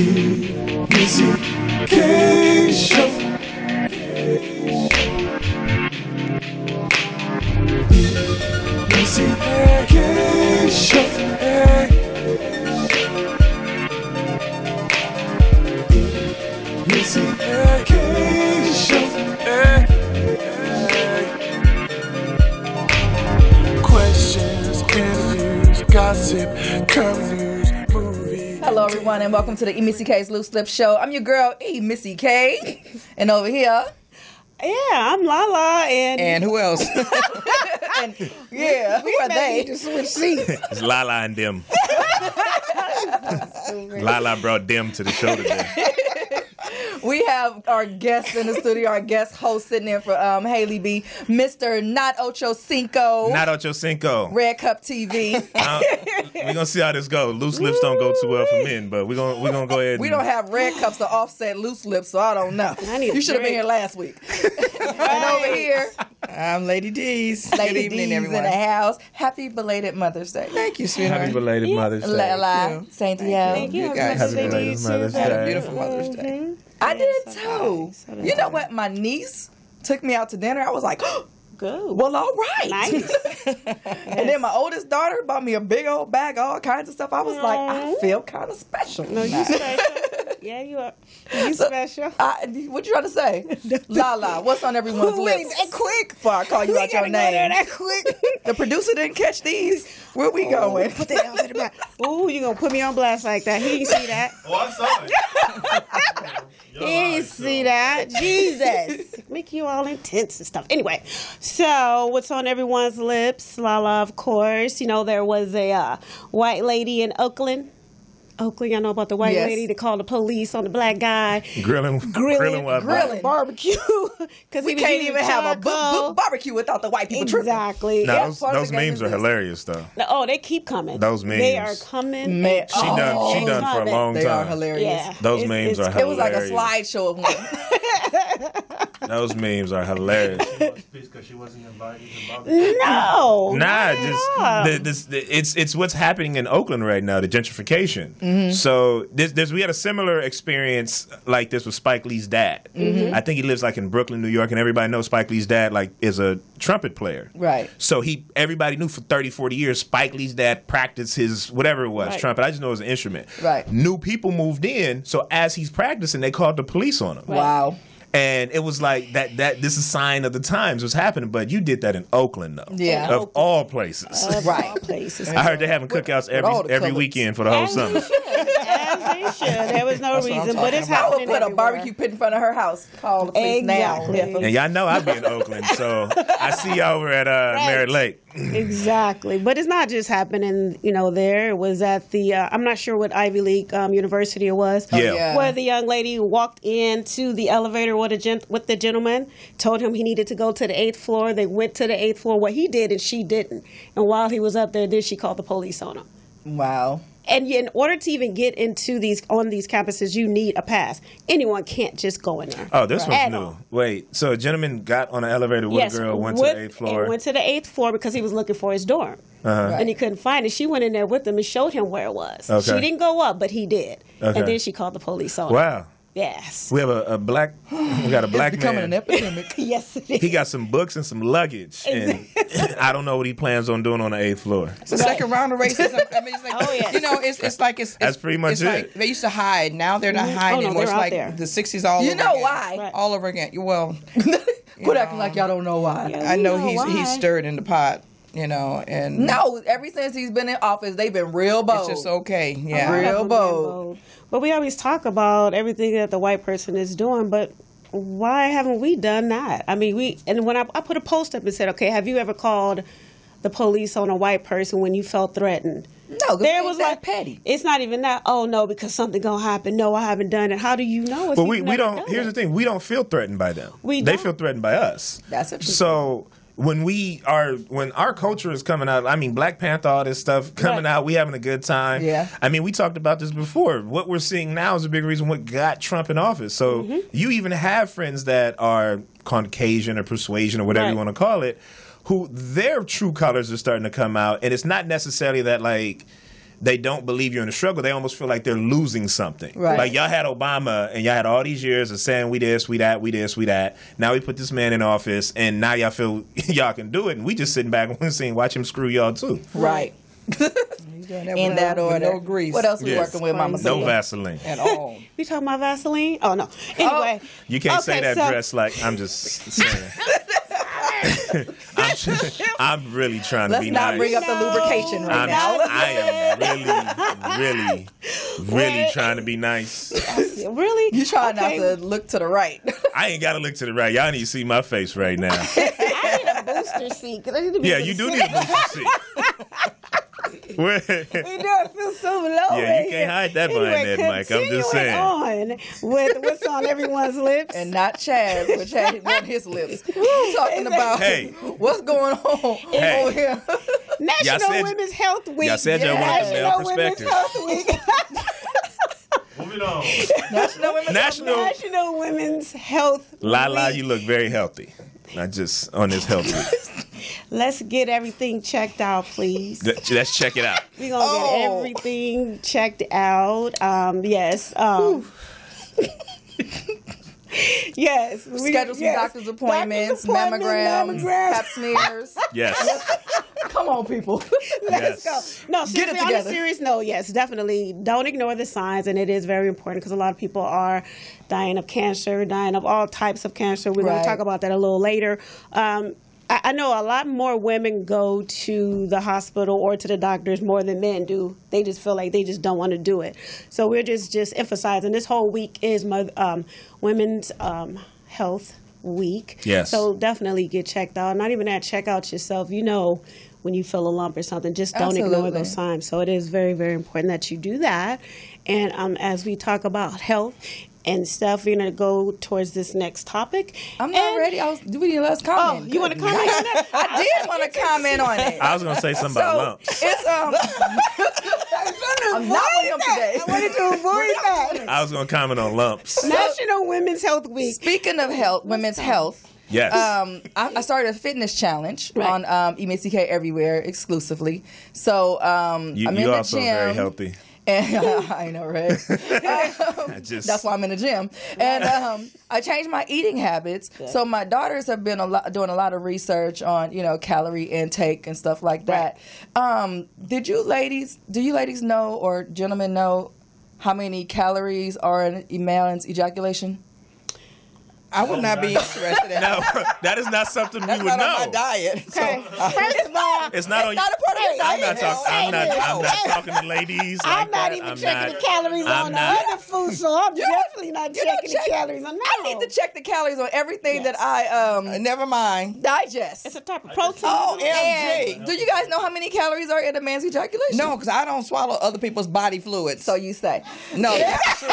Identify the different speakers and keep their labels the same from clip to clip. Speaker 1: Easy K Show. Easy K Show. Easy K Show. Questions, interviews, gossip, current news, movies.
Speaker 2: Hello, everyone, and welcome to the E Missy K's Loose Slip Show. I'm your girl, E Missy K, and over here,
Speaker 3: Yeah, I'm Lala, and,
Speaker 4: And who else?
Speaker 2: and yeah, who are
Speaker 3: Maybe
Speaker 2: they?
Speaker 3: just switch seats.
Speaker 5: It's Lala and them. Lala brought them to the show today.
Speaker 2: We have our guest in the studio, our guest host sitting in for um, Haley B, Mr. Not Ocho Cinco,
Speaker 5: Not Ocho Cinco.
Speaker 2: Red Cup TV.
Speaker 5: We're gonna see how this goes. Loose lips don't go too well for men, but we're gonna we're gonna go ahead.
Speaker 2: we
Speaker 5: and-
Speaker 2: don't have red cups to offset loose lips, so I don't know.
Speaker 3: I need a
Speaker 2: you should have been
Speaker 3: drink.
Speaker 2: here last week. and over here,
Speaker 4: I'm Lady D's. Good
Speaker 2: Lady
Speaker 4: evening,
Speaker 2: D's in
Speaker 4: everyone.
Speaker 2: the house. Happy belated Mother's Day.
Speaker 4: Thank you, sweetheart.
Speaker 5: happy belated Mother's Day.
Speaker 2: Lala,
Speaker 4: you.
Speaker 2: Saint
Speaker 3: Thank you.
Speaker 4: You
Speaker 3: Happy
Speaker 4: guys
Speaker 3: Mother's Day to you
Speaker 5: have a great
Speaker 3: too. Mm-hmm.
Speaker 5: Mother's
Speaker 4: Had a
Speaker 5: Day.
Speaker 4: beautiful Mother's Day.
Speaker 2: I did
Speaker 3: so did I.
Speaker 2: too.
Speaker 3: So did
Speaker 2: you know
Speaker 3: I.
Speaker 2: what? My niece took me out to dinner. I was like,
Speaker 3: Good.
Speaker 2: well, all right.
Speaker 3: nice.
Speaker 2: And then my oldest daughter bought me a big old bag of all kinds of stuff. I was like, I
Speaker 3: Aw.
Speaker 2: feel kind of special.
Speaker 3: No, you special. Yeah, you are. You special.
Speaker 2: I, what you trying to say? Lala, what's on everyone's
Speaker 4: Wait,
Speaker 3: eh,
Speaker 2: lips?
Speaker 4: that quick.
Speaker 2: Before I call you
Speaker 4: We
Speaker 2: out your
Speaker 4: gotta go there
Speaker 2: name.
Speaker 4: that quick.
Speaker 2: The producer didn't catch these. Where
Speaker 3: Oh,
Speaker 2: we going?
Speaker 4: Put that out to the back.
Speaker 3: Ooh, you gonna put me on blast like that? He didn't see that.
Speaker 5: Oh, I'm sorry.
Speaker 3: He didn't see that. Jesus, make you all intense and stuff. Anyway, so what's on everyone's lips? Lala, of course. You know there was a uh, white lady in Oakland. Oakland, y'all know about the white
Speaker 2: Yes.
Speaker 3: lady that called the police on the black guy.
Speaker 5: Grilling, grilling, grilling, while
Speaker 2: grilling.
Speaker 3: barbecue because
Speaker 2: we can't even have a bu- bu- barbecue without the white people tripping.
Speaker 3: exactly.
Speaker 5: Nah,
Speaker 2: Yeah,
Speaker 5: those,
Speaker 2: part of
Speaker 5: those
Speaker 2: the game
Speaker 5: memes
Speaker 2: is
Speaker 5: are
Speaker 2: this.
Speaker 5: hilarious though.
Speaker 3: Oh, they keep coming.
Speaker 5: Those
Speaker 3: They are
Speaker 5: memes.
Speaker 3: coming.
Speaker 2: Man,
Speaker 3: and
Speaker 5: She
Speaker 2: oh,
Speaker 5: done, she done for a long
Speaker 2: They are
Speaker 5: time.
Speaker 2: hilarious.
Speaker 3: Yeah,
Speaker 5: Those
Speaker 3: It's-
Speaker 5: memes
Speaker 3: it's
Speaker 5: are
Speaker 2: It was like a
Speaker 5: Hilarious.
Speaker 2: slideshow of one.
Speaker 5: Those memes are hilarious.
Speaker 6: because she wasn't invited to
Speaker 3: No,
Speaker 5: Nah,
Speaker 3: not
Speaker 5: just
Speaker 3: at all.
Speaker 5: the, this, the, it's it's what's happening in Oakland right now, the gentrification.
Speaker 2: Mm-hmm.
Speaker 5: So this, this we had a similar experience like this with Spike Lee's dad.
Speaker 2: Mm-hmm.
Speaker 5: I think he lives like in Brooklyn, New York, and everybody knows Spike Lee's dad like is a trumpet player.
Speaker 2: Right.
Speaker 5: So he everybody knew for 30, 40 years Spike Lee's dad practiced his whatever it was,
Speaker 3: Right.
Speaker 5: trumpet. I just know it was an instrument.
Speaker 2: Right.
Speaker 5: New people moved in, so as he's practicing, they called the police on him
Speaker 2: Wow.
Speaker 5: and it was like that that this is a sign of the times was happening but you did that in oakland though
Speaker 2: Yeah.
Speaker 5: of all places
Speaker 2: Right.
Speaker 3: places.
Speaker 5: i heard they're having cookouts
Speaker 2: uh, all
Speaker 5: every
Speaker 2: the
Speaker 5: every
Speaker 2: colors.
Speaker 5: weekend for the whole
Speaker 3: As they
Speaker 5: summer
Speaker 3: should. As they should. There was no
Speaker 4: what I'm
Speaker 3: reason, but
Speaker 4: talking
Speaker 3: it's
Speaker 4: about.
Speaker 2: I
Speaker 3: happening.
Speaker 2: would put a
Speaker 3: everywhere.
Speaker 2: barbecue pit in front of her house. Call the police
Speaker 3: Exactly.
Speaker 2: now. Definitely.
Speaker 5: and y'all know i be in oakland so i see y'all over at uh merritt lake
Speaker 3: Exactly, but it's not just happening. You know, there it was at the uh, I'm not sure what Ivy League um, university it was.
Speaker 5: Yeah. yeah.
Speaker 3: where the young lady walked into the elevator with a gent- with the gentleman, told him he needed to go to the eighth floor. They went to the eighth floor. What he did and she didn't. And while he was up there, then she called the police on him.
Speaker 2: Wow.
Speaker 3: And in order to even get into these on these campuses, you need a pass. Anyone can't just go in there.
Speaker 5: oh this
Speaker 3: At
Speaker 5: one's new
Speaker 3: all.
Speaker 5: wait so a gentleman got on an elevator with a girl went to
Speaker 3: with-
Speaker 5: the eighth
Speaker 3: and
Speaker 5: floor Uh-huh.
Speaker 3: Went to the eighth floor because he was looking for his dorm, and he couldn't find it. She went in there with him and showed him where it was.
Speaker 5: Okay.
Speaker 3: She didn't go up, but he did,
Speaker 5: Okay.
Speaker 3: and then she called the police on. him.
Speaker 5: wow
Speaker 3: Yes.
Speaker 5: we have a, a black we got a black
Speaker 2: Becoming an
Speaker 5: man
Speaker 2: epidemic.
Speaker 3: Yes, it is.
Speaker 5: he got some books and some luggage and i don't know what he plans on doing on the eighth floor
Speaker 4: It's the second round of racism. I mean, it's like,
Speaker 3: Oh, yes.
Speaker 4: you know, it's, it's like it's, it's
Speaker 5: That's pretty much
Speaker 4: it's
Speaker 5: it.
Speaker 4: Like they used to hide. Now they're
Speaker 2: Mm-hmm. Oh,
Speaker 4: not hiding
Speaker 3: no,
Speaker 4: anymore.
Speaker 3: they're
Speaker 4: It's
Speaker 3: out
Speaker 4: like
Speaker 3: there.
Speaker 4: the '60s all
Speaker 2: You
Speaker 4: over.
Speaker 2: know
Speaker 4: again.
Speaker 2: why. Right.
Speaker 4: All over again. Well,
Speaker 2: Quit acting like y'all don't Oh, know why.
Speaker 3: Yeah.
Speaker 4: I
Speaker 3: You
Speaker 4: know
Speaker 3: know
Speaker 4: he's he's
Speaker 3: why.
Speaker 4: stirred in the pot. You know, and
Speaker 2: No, ever since he's been in office, they've been real bold.
Speaker 4: it's just okay. Yeah.
Speaker 2: Real
Speaker 3: Probably
Speaker 2: bold.
Speaker 3: But we always talk about everything that the white person is doing, but why haven't we done that? I mean, we and when I, I put a post up and said, okay, have you ever called the the police on a white person when you felt threatened?
Speaker 2: No, 'cause
Speaker 3: there
Speaker 2: they
Speaker 3: was
Speaker 2: that
Speaker 3: like
Speaker 2: petty.
Speaker 3: It's not even that. Oh no, because something gonna happen. No, I haven't done it. How do you know? If
Speaker 5: But
Speaker 3: you've
Speaker 5: we, we
Speaker 3: never
Speaker 5: don't.
Speaker 3: done
Speaker 5: Here's
Speaker 3: it?
Speaker 5: the thing: we don't feel threatened by them.
Speaker 3: We
Speaker 5: they
Speaker 3: don't.
Speaker 5: feel threatened by us.
Speaker 2: That's a truth.
Speaker 5: So when we are when our culture is coming out, I mean Black Panther, all this stuff coming
Speaker 3: Right.
Speaker 5: out, we having a good time.
Speaker 2: Yeah.
Speaker 5: I mean, we talked about this before. What we're seeing now is a big reason what got Trump in office. So
Speaker 3: Mm-hmm.
Speaker 5: you even have friends that are Caucasian or persuasion or whatever you
Speaker 3: Right.
Speaker 5: want to call it, who their true colors are starting to come out, and it's not necessarily that like. They don't believe you're in a struggle. They almost feel like they're losing something.
Speaker 2: Right.
Speaker 5: Like y'all had Obama and y'all had all these years of saying we this, we that, we this, we that. Now we put this man in office and now y'all feel y'all can do it and we just sitting back and seeing watch him screw y'all too.
Speaker 2: Right. In that
Speaker 4: no,
Speaker 2: order.
Speaker 4: No grease.
Speaker 2: What else we
Speaker 5: Yes.
Speaker 2: working with, Mama?
Speaker 3: Crazy.
Speaker 5: No
Speaker 2: Sula?
Speaker 5: Vaseline.
Speaker 4: At all.
Speaker 3: We talking about Vaseline? Oh no. Anyway,
Speaker 5: You can't say
Speaker 3: Okay,
Speaker 5: that
Speaker 3: so-
Speaker 5: dress like I'm just saying. I'm, just- I'm really trying
Speaker 2: Let's
Speaker 5: to be
Speaker 2: not
Speaker 5: nice.
Speaker 2: bring up the
Speaker 3: No.
Speaker 2: lubrication right
Speaker 5: I'm,
Speaker 2: now.
Speaker 5: I am really, really, really
Speaker 3: Wait.
Speaker 5: trying to be nice.
Speaker 3: really?
Speaker 2: You try
Speaker 3: Okay.
Speaker 2: not to look to the right.
Speaker 5: I ain't got to look to the right. Y'all need to see my face right now.
Speaker 3: I need a booster seat. 'cause I need to be
Speaker 5: Yeah,
Speaker 3: able
Speaker 5: you
Speaker 3: to
Speaker 5: do
Speaker 3: sit
Speaker 5: need a booster seat. Where-
Speaker 3: You know, it feels so low.
Speaker 5: you
Speaker 3: right
Speaker 5: can't
Speaker 3: here.
Speaker 5: hide that behind
Speaker 3: anyway,
Speaker 5: that mic. I'm
Speaker 3: continuing
Speaker 5: just saying.
Speaker 3: On with what's on everyone's lips.
Speaker 2: and not Chaz, which had on his lips. We're talking about
Speaker 5: Hey.
Speaker 2: what's going on
Speaker 5: Hey.
Speaker 2: over here.
Speaker 3: National
Speaker 5: Y'all said-
Speaker 3: Women's Health Week.
Speaker 5: y'all said y'all wanted the male
Speaker 3: National Women's
Speaker 5: perspective.
Speaker 3: Health Week.
Speaker 6: Moving on.
Speaker 2: National Women's
Speaker 5: National
Speaker 3: National Women's Health.
Speaker 5: La La,
Speaker 3: Week.
Speaker 5: you look very healthy. Not just on this health week.
Speaker 3: Let's get everything checked out, please.
Speaker 5: Let- Let's check it out.
Speaker 3: We're gonna get
Speaker 2: Oh.
Speaker 3: everything checked out. Um, yes. Um, yes. we-
Speaker 2: Schedule some
Speaker 3: yes.
Speaker 2: doctor's appointments,
Speaker 3: appointment,
Speaker 2: mammograms,
Speaker 3: mammograms.
Speaker 2: pap smears.
Speaker 5: Yes.
Speaker 2: Come on, people.
Speaker 3: Let's
Speaker 5: Yes.
Speaker 3: go. No, seriously,
Speaker 2: it
Speaker 3: on
Speaker 2: together.
Speaker 3: a serious note, yes, definitely. Don't ignore the signs, and it is very important because a lot of people are dying of cancer, dying of all types of cancer. We're going
Speaker 2: Right.
Speaker 3: to talk about that a little later. Um, I, I know a lot more women go to the hospital or to the doctors more than men do. They just feel like they just don't want to do it. So we're just just emphasizing this whole week is mo- um, women's um, health week.
Speaker 5: Yes.
Speaker 3: So definitely get checked out. Not even that, check out yourself. You know when you feel a lump or something, just don't ignore
Speaker 2: Absolutely.
Speaker 3: those signs. So it is very, very important that you do that. And um, as we talk about health and stuff, we're going to go towards this next topic.
Speaker 2: I'm not
Speaker 3: And-
Speaker 2: ready. I was do we need a last
Speaker 3: Oh,
Speaker 2: comment.
Speaker 3: you want to comment on that?
Speaker 2: I did want to comment on it.
Speaker 5: I was going to say something
Speaker 2: So
Speaker 5: about lumps.
Speaker 2: it's um I'm not with him today.
Speaker 3: I wanted to avoid that.
Speaker 5: I was going to comment on lumps.
Speaker 3: National Women's Health Week.
Speaker 2: Speaking of health, women's health,
Speaker 5: Yes.
Speaker 2: um, I, I started a fitness challenge
Speaker 3: Right.
Speaker 2: on um, EMCK Everywhere exclusively. So um,
Speaker 5: you
Speaker 2: I'm in
Speaker 5: you
Speaker 2: the
Speaker 5: also
Speaker 2: gym.
Speaker 5: very healthy.
Speaker 2: And I know, right? Um,
Speaker 5: I just
Speaker 2: That's why I'm in the gym. And um, I changed my eating habits. So my daughters have been a lot, doing a lot of research on, you know, calorie intake and stuff like that. Um, did you ladies, do you ladies know or gentlemen know how many calories are in a male's ejaculation?
Speaker 4: I would not be interested in
Speaker 5: No, that is not something we
Speaker 4: That's
Speaker 5: would
Speaker 4: not on my
Speaker 5: know.
Speaker 4: diet. So
Speaker 3: Okay. First of all,
Speaker 5: It's not on
Speaker 2: not a part of your diet.
Speaker 5: I'm not talking I'm not I'm not talking to ladies like
Speaker 3: I'm not
Speaker 5: that.
Speaker 3: even
Speaker 5: I'm
Speaker 3: checking
Speaker 5: not-
Speaker 3: the calories
Speaker 5: I'm
Speaker 3: on
Speaker 5: not-
Speaker 3: the other food, so I'm definitely not
Speaker 2: you don't
Speaker 3: checking
Speaker 2: check-
Speaker 3: the calories on that.
Speaker 2: I need to check the calories on everything
Speaker 3: Yes.
Speaker 2: that I um,
Speaker 4: Uh, never mind.
Speaker 2: digest.
Speaker 3: It's a type of protein.
Speaker 4: Oh,
Speaker 2: and
Speaker 4: MG.
Speaker 2: do you guys know how many calories are in a man's ejaculation?
Speaker 4: No, because I don't swallow other people's body fluids.
Speaker 2: So you say.
Speaker 4: no, that's true.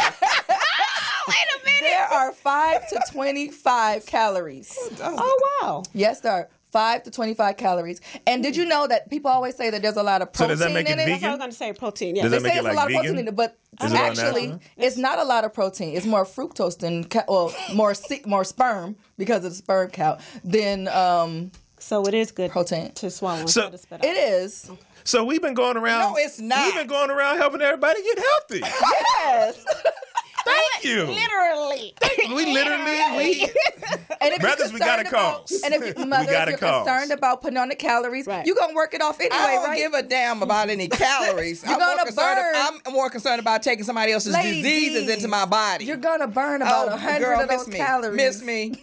Speaker 2: There are 5 to 25 calories.
Speaker 3: oh wow.
Speaker 2: Yes, there are 5 to 25 calories. And did you know that people always say that there's a lot of
Speaker 5: So
Speaker 2: protein
Speaker 5: does that make
Speaker 2: in
Speaker 5: it
Speaker 2: it?
Speaker 5: vegan?
Speaker 3: I was going to say protein. Yeah.
Speaker 5: Does that
Speaker 2: They
Speaker 5: make
Speaker 2: say
Speaker 5: it
Speaker 2: it's
Speaker 5: like
Speaker 2: a lot of
Speaker 5: vegan?
Speaker 2: protein in it, but
Speaker 5: Is it all
Speaker 2: actually,
Speaker 5: natural?
Speaker 2: it's not a lot of protein. It's more fructose than, ca- well, more se- more sperm because of the sperm count than um,
Speaker 3: So it is good
Speaker 2: Protein.
Speaker 3: to swallow.
Speaker 5: So-
Speaker 3: So to spit out.
Speaker 2: it is.
Speaker 5: So we've been going around.
Speaker 4: No, it's not.
Speaker 5: We've been going around helping everybody get healthy.
Speaker 2: Yes,
Speaker 5: Thank you.
Speaker 3: literally.
Speaker 5: We literally, we
Speaker 2: and if
Speaker 5: Brothers, we got a
Speaker 2: concerned about-
Speaker 5: cause.
Speaker 2: And if you- mothers,
Speaker 5: got a
Speaker 2: you're
Speaker 5: cause.
Speaker 2: concerned about putting on the calories,
Speaker 3: Right.
Speaker 2: you're gonna work it off anyway,
Speaker 4: I don't
Speaker 2: right?
Speaker 4: give a damn about any calories. I'm,
Speaker 2: gonna
Speaker 4: more concerned
Speaker 2: burn.
Speaker 4: I'm more concerned about taking somebody else's
Speaker 2: Ladies,
Speaker 4: diseases into my body.
Speaker 2: You're gonna burn about
Speaker 4: Oh,
Speaker 2: a hundred
Speaker 4: girl,
Speaker 2: of those
Speaker 4: miss me.
Speaker 2: calories.
Speaker 4: Miss me.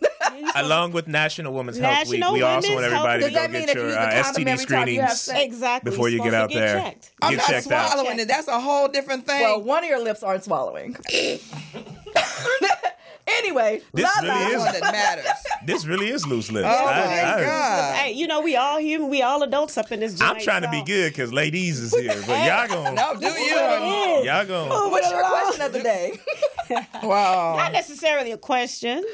Speaker 5: along with National Women's Health
Speaker 3: National
Speaker 5: Week, we also want
Speaker 3: Women's Health-
Speaker 5: everybody to
Speaker 3: Does
Speaker 5: go
Speaker 2: that mean
Speaker 5: get
Speaker 2: if you
Speaker 5: your
Speaker 2: use a
Speaker 5: uh,
Speaker 2: condom
Speaker 5: STD
Speaker 2: every time you have
Speaker 5: screenings
Speaker 2: sex?
Speaker 3: Exactly.
Speaker 5: before you
Speaker 3: Supposed
Speaker 5: get
Speaker 3: to
Speaker 5: out there.
Speaker 3: checked.
Speaker 4: I'm
Speaker 5: Get
Speaker 4: not
Speaker 5: checked out.
Speaker 4: swallowing it. That's a whole different thing.
Speaker 2: Well, one of your lips aren't swallowing. Anyway,
Speaker 5: This
Speaker 2: La La.
Speaker 5: really
Speaker 4: That's all
Speaker 5: is
Speaker 4: that matters.
Speaker 5: this really is loose lips.
Speaker 4: Oh
Speaker 5: I-
Speaker 4: my
Speaker 5: I-
Speaker 4: God.
Speaker 3: Hey, you know we all human. We all adults up in this. Joint,
Speaker 5: I'm trying to be
Speaker 3: so-
Speaker 5: good because ladies is here, but y'all going
Speaker 4: No, Oh, do you?
Speaker 5: y'all
Speaker 3: Oh.
Speaker 5: going
Speaker 2: What's your question of the day?
Speaker 4: Wow.
Speaker 3: Not necessarily a question.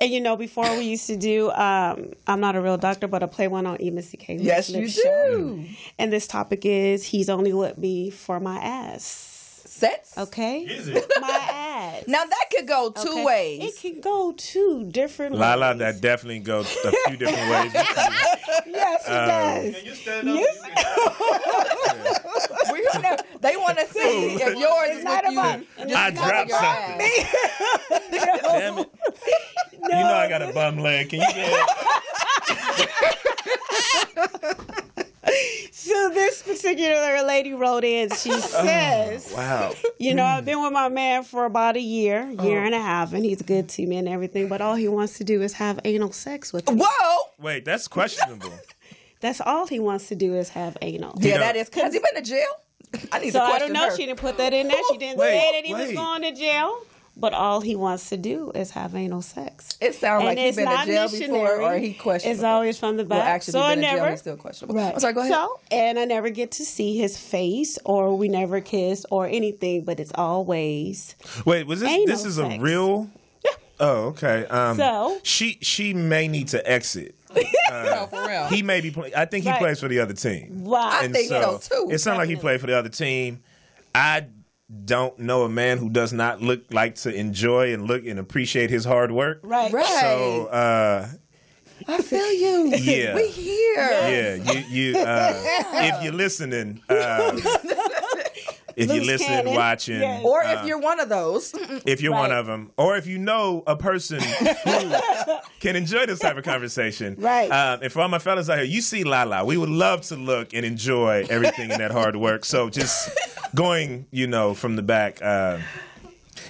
Speaker 3: And you know, before we used to do, um, I'm not a real doctor, but I play one on E, EMCK.
Speaker 2: yes, you do.
Speaker 3: And this topic is he's only with me for my ass.
Speaker 2: Sets.
Speaker 3: Okay,
Speaker 6: Is it?
Speaker 3: my ass.
Speaker 2: Now that could go two
Speaker 3: Okay?
Speaker 2: ways.
Speaker 3: It can go two different
Speaker 5: La la,
Speaker 3: ways.
Speaker 5: that definitely goes a few different ways.
Speaker 3: Yes,
Speaker 5: uh,
Speaker 3: it does.
Speaker 6: Can you stand up? You can-
Speaker 2: We wanna, they want to see if yours is
Speaker 3: not
Speaker 2: with you.
Speaker 3: about-
Speaker 2: just
Speaker 5: I
Speaker 2: not
Speaker 5: dropped
Speaker 2: your
Speaker 5: something.
Speaker 2: ass.
Speaker 5: Damn it! You know I got a bum leg. Can you get?
Speaker 3: So this particular lady wrote in. She says,
Speaker 5: Oh, Wow. Hmm.
Speaker 3: "You know, I've been with my man for about a year,
Speaker 5: Oh.
Speaker 3: year and a half, and he's good to me and everything. But all he wants to do is have anal sex with me.
Speaker 2: Whoa.
Speaker 5: Wait, that's questionable.
Speaker 3: That's all he wants to do is have anal.
Speaker 2: Yeah,
Speaker 5: You know-
Speaker 2: that is. Has he been to jail? I need
Speaker 3: So
Speaker 2: to
Speaker 3: I
Speaker 2: question
Speaker 3: don't know.
Speaker 2: her.
Speaker 3: She didn't put that in there. She didn't
Speaker 5: Wait,
Speaker 3: say that he was
Speaker 5: wait.
Speaker 3: going to jail. But all he wants to do is have anal sex.
Speaker 2: It sounds like
Speaker 3: and
Speaker 2: he's
Speaker 3: it's
Speaker 2: been to
Speaker 3: not
Speaker 2: jail before,
Speaker 3: missionary.
Speaker 2: or he questioned.
Speaker 3: It's always from the back.
Speaker 2: well, actually,
Speaker 3: so I
Speaker 2: been in jail,
Speaker 3: never.
Speaker 2: he's still questionable. I'm sorry. Go ahead.
Speaker 3: So, and I never get to see his face, or we never kissed, or anything. But it's always
Speaker 5: Wait, was this?
Speaker 3: Anal
Speaker 5: This is a
Speaker 3: sex.
Speaker 5: real. Oh, okay. Um,
Speaker 3: So-
Speaker 5: she she may need to exit.
Speaker 4: No, for real.
Speaker 5: He may be. Play- I think he
Speaker 3: Right.
Speaker 5: plays for the other team.
Speaker 3: wow.
Speaker 2: I think so, too.
Speaker 5: It sounds like he
Speaker 3: Definitely.
Speaker 5: played for the other team. I don't know a man who does not look like to enjoy and look and appreciate his hard work.
Speaker 3: right.
Speaker 2: Right.
Speaker 5: So uh,
Speaker 2: I feel you.
Speaker 5: Yeah.
Speaker 2: we here.
Speaker 5: yeah, you you uh, if you're listening, uh, if you're
Speaker 3: Loose
Speaker 5: listening,
Speaker 3: cannon.
Speaker 5: watching,
Speaker 3: Yes.
Speaker 2: Or
Speaker 4: Uh.
Speaker 2: if you're one of those,
Speaker 5: if you're one
Speaker 3: Right.
Speaker 5: of them, or if you know a person who can enjoy this type of conversation.
Speaker 3: Right.
Speaker 5: Um, and for all my fellas out here, you see Lala. We would love to look and enjoy everything in that hard work. So just going, you know, from the back. Uh,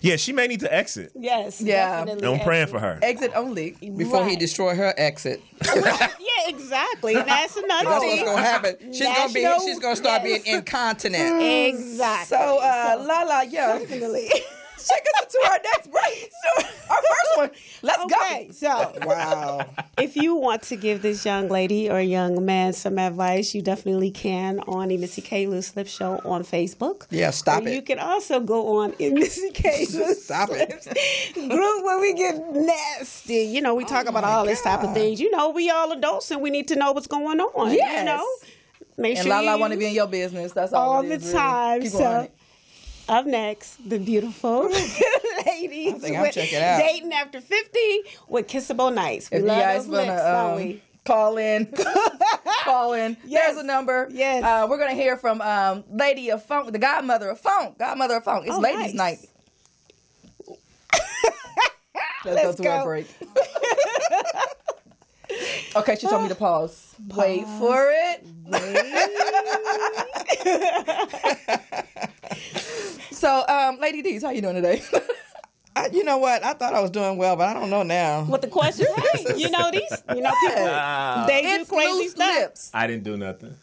Speaker 5: yeah, she may need to exit.
Speaker 3: Yes.
Speaker 2: Yeah.
Speaker 3: Definitely.
Speaker 5: And I'm praying for her.
Speaker 2: exit only.
Speaker 4: Before he
Speaker 3: Right.
Speaker 4: destroy her exit.
Speaker 3: Yeah, exactly. And that's another
Speaker 4: That's what's
Speaker 3: thing.
Speaker 4: gonna happen. She's gonna be.
Speaker 3: National-
Speaker 4: She's gonna start being incontinent.
Speaker 3: Exactly.
Speaker 2: So, uh, La La, yeah, take
Speaker 3: Definitely.
Speaker 2: us into our next break. So, our first one. Let's
Speaker 3: Okay, so
Speaker 4: Wow.
Speaker 3: if you want to give this young lady or young man some advice, you definitely can on the Missy K Loose Lip Show on Facebook.
Speaker 4: Yeah, stop
Speaker 3: Or You
Speaker 4: it.
Speaker 3: can also go on in Missy K Loose
Speaker 4: Stop it.
Speaker 3: Lips group where we get nasty. You
Speaker 2: Oh
Speaker 3: know, we talk about all this type of things. You know, we all adults and we need to know what's going on.
Speaker 2: Yes.
Speaker 3: You know, make
Speaker 2: And
Speaker 3: sure
Speaker 2: La La
Speaker 3: you
Speaker 2: want to be in your business. That's all.
Speaker 3: all
Speaker 2: it
Speaker 3: the
Speaker 2: is, really.
Speaker 3: time.
Speaker 2: Keep on
Speaker 3: So
Speaker 2: it.
Speaker 3: up next, the beautiful ladies
Speaker 4: think I'll
Speaker 3: with
Speaker 4: check it out.
Speaker 3: dating after fifty with kissable nights. We
Speaker 2: If you
Speaker 3: love
Speaker 2: guys
Speaker 3: those
Speaker 2: want
Speaker 3: lips,
Speaker 2: to
Speaker 3: don't we?
Speaker 2: um, call in, call in.
Speaker 3: Yes.
Speaker 2: There's a number.
Speaker 3: Yes.
Speaker 2: Uh, we're gonna hear from um, Lady of Funk, the Godmother of Funk, Godmother of Funk. It's
Speaker 3: Oh,
Speaker 2: Ladies'
Speaker 3: nice.
Speaker 2: Night. Let's, go to our
Speaker 3: go.
Speaker 2: break. okay, she told me to pause. Wait for it. so, um, Lady D's, how you doing today?
Speaker 4: I, you know what? I thought I was doing well, but I don't know now.
Speaker 3: With the question, hey, you know these, you know people, they do
Speaker 2: it's
Speaker 3: crazy
Speaker 2: loose
Speaker 3: stuff.
Speaker 2: lips.
Speaker 5: I didn't do nothing.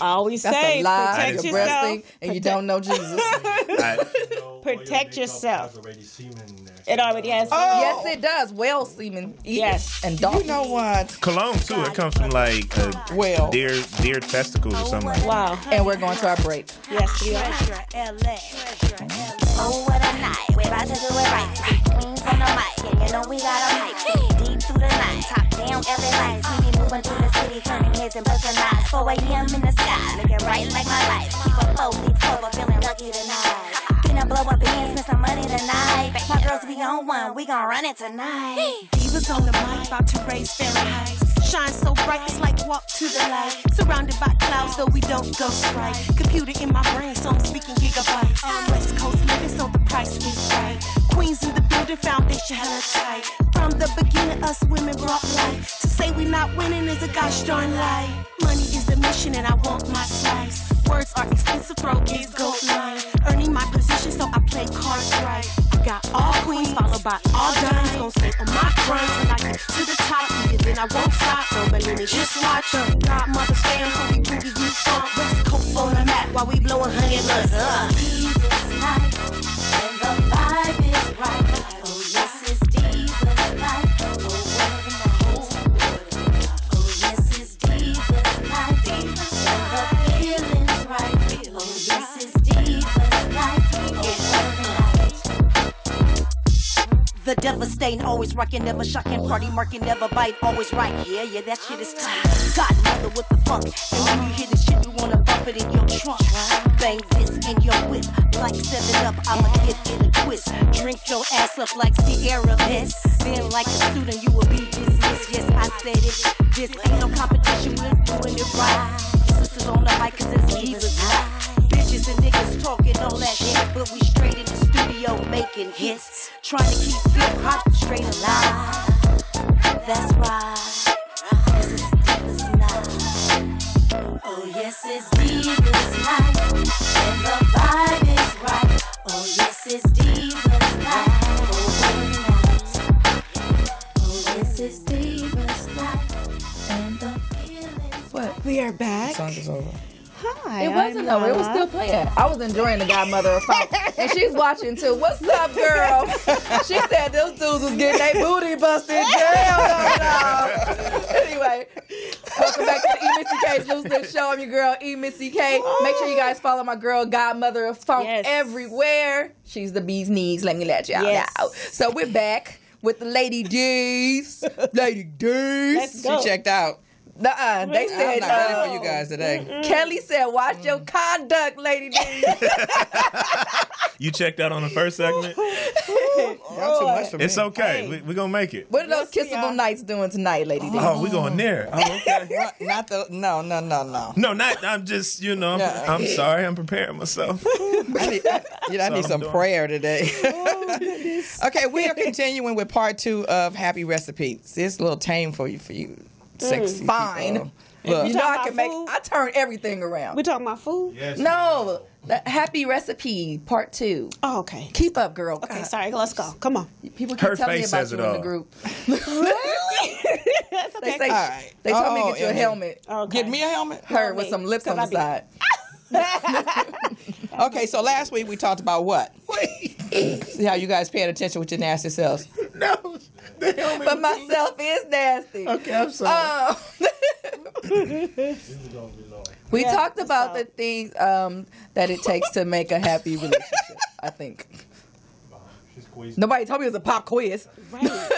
Speaker 3: I always
Speaker 2: That's
Speaker 3: say,
Speaker 2: a lie.
Speaker 3: protect
Speaker 2: Your breast
Speaker 3: yourself.
Speaker 2: thing, and you don't know Jesus.
Speaker 5: I,
Speaker 6: You know, all your
Speaker 3: Protect
Speaker 6: makeup
Speaker 3: yourself.
Speaker 6: has Already semen in there.
Speaker 3: It already has.
Speaker 2: Yes, it does. Whale semen. eat
Speaker 3: Yes.
Speaker 2: And dog.
Speaker 4: You know what?
Speaker 5: cologne too. It comes from like uh,
Speaker 4: Well,
Speaker 5: deer deer testicles or something. Like that.
Speaker 3: Wow.
Speaker 2: and we're going to our break.
Speaker 3: Yes, we are.
Speaker 7: Treasure LA. Treasure LA. Oh, what a night. We're about to do it right. Queens on the mic. Yeah, you know we got a mic. Deep through the night. Top down LA lights. We be moving through the city, turning heads and buzzing eyes. 4 a.m. in the sky. Looking right like my life. Keep a foley cover, feeling lucky tonight. Finna blow up bands, spend some money tonight. My girls, we on one. We gon' run it tonight.
Speaker 8: Divas on the mic, about to raise Fahrenheit. Shine so bright, it's like walk to the light. Surrounded by clouds, though we don't go right. Computer in my brain, so I'm speaking gigabytes. I'm West Coast living, so the price is right. Queens in the building, foundation hella tight. From the beginning, us women brought light. To say we not winning is a gosh darn lie. Money is the mission, and I want my slice. Words are expensive, throat is gold line. Earning my position, so I play cards right. I got all queens, followed by all dimes. Gonna stay on my grind till I get to the top. Even then I won't stop. No, but let me just watch them. Godmother's fam, so we boogie you funk. West Coast on the map while we blowing honey buzz. Uh.
Speaker 7: Jesus Oh, night. And the vibe is right. Oh, yes, it's Oh, Oh,
Speaker 8: devastating, always rocking, never shocking, party marking, never bite, always right. Yeah, yeah, that shit is tight. Godmother with the funk, and when you hear this shit, you wanna bump it in your trunk. Bang this in your whip, like seven up, I'ma get in a twist. Drink your ass up like Sierra Miss. Then, like a student, you will be dismissed. Yes, I said it. This ain't no competition, we're doing it right. Sisters on the mic, cause it's Divas Night. Bitches and niggas talking all that shit, but we straight in the studio making hits. Trying to keep hip hop straight alive. That's right. This is Divas Night. Oh, yes, it's Divas Night. And the vibe is right. Oh, yes, it's Divas Night. Oh, what a night. Oh, yes, it's Divas Night. And the feeling's
Speaker 2: What?
Speaker 3: We are back.
Speaker 4: Song is over.
Speaker 3: Hi.
Speaker 2: It wasn't
Speaker 3: I'm
Speaker 2: over. It was
Speaker 3: Lala.
Speaker 2: still playing. I was enjoying the godmother of funk, and she's watching too. What's up, girl? She said those dudes was getting their booty busted. Damn, no, no. Anyway, welcome back to the E Missy K's Loose Lips Show. I'm your girl E Missy K. Make sure you guys follow my girl Godmother of Funk
Speaker 3: Yes.
Speaker 2: everywhere. She's the bee's knees. Let me let y'all
Speaker 3: Yes.
Speaker 2: know. So we're back with the Lady D's. Lady D's.
Speaker 3: Let's go.
Speaker 4: She checked out.
Speaker 2: Nuh-uh. They
Speaker 4: I'm
Speaker 2: said
Speaker 4: not
Speaker 2: uh,
Speaker 4: ready for you guys today.
Speaker 2: Kelly said, "Watch your
Speaker 3: Mm.
Speaker 2: conduct, Lady D."
Speaker 5: You checked out on the first segment.
Speaker 4: Y'all too much for me.
Speaker 5: It's okay. We're gonna make it.
Speaker 2: What are those
Speaker 3: Yes, we
Speaker 2: kissable
Speaker 3: are.
Speaker 2: nights doing tonight, Lady D?
Speaker 5: Oh, we going there. Oh, okay.
Speaker 4: Not, not the no no no no.
Speaker 5: No, not. I'm just. You know.
Speaker 4: Yeah.
Speaker 5: I'm sorry. I'm preparing myself.
Speaker 4: I need, I, you know, I need
Speaker 5: That's all I'm
Speaker 4: some
Speaker 5: doing. Oh,
Speaker 4: prayer today. okay, we are continuing with part two of Happy Recipes. It's a little tame for you, for you, sexy.
Speaker 2: Fine.
Speaker 4: people. Look,
Speaker 2: You know I can
Speaker 3: talking about
Speaker 2: make.
Speaker 3: food?
Speaker 2: I turn everything around.
Speaker 3: We talking about food?
Speaker 6: Yes.
Speaker 2: No, the happy recipe part two.
Speaker 3: Oh, okay.
Speaker 2: Keep up, girl.
Speaker 3: Okay,
Speaker 2: God,
Speaker 3: sorry. Let's go. Come on.
Speaker 2: People keep
Speaker 5: Her
Speaker 2: telling me
Speaker 5: face
Speaker 2: about
Speaker 5: says
Speaker 2: you
Speaker 5: it
Speaker 2: in the
Speaker 5: all.
Speaker 2: group.
Speaker 3: Really? That's
Speaker 2: They
Speaker 3: okay.
Speaker 2: say
Speaker 4: All right.
Speaker 2: they told me to
Speaker 4: Oh,
Speaker 2: get you a
Speaker 4: yeah.
Speaker 2: helmet.
Speaker 3: okay.
Speaker 4: get me a helmet.
Speaker 2: Her
Speaker 3: me,
Speaker 2: with some lips on
Speaker 3: 'cause I
Speaker 2: the
Speaker 3: be-
Speaker 2: side.
Speaker 4: Okay, so last week we talked about what? See how you guys paying attention with your nasty selves.
Speaker 5: no. The helmet.
Speaker 2: But myself is nasty.
Speaker 5: Okay, I'm sorry.
Speaker 2: Um,
Speaker 6: This is gonna be long.
Speaker 2: we
Speaker 3: Yeah,
Speaker 2: talked about
Speaker 3: so-
Speaker 2: the things um, that it takes to make a happy relationship. I think
Speaker 6: She's squeezing.
Speaker 2: nobody told me it was a pop quiz.
Speaker 3: Right.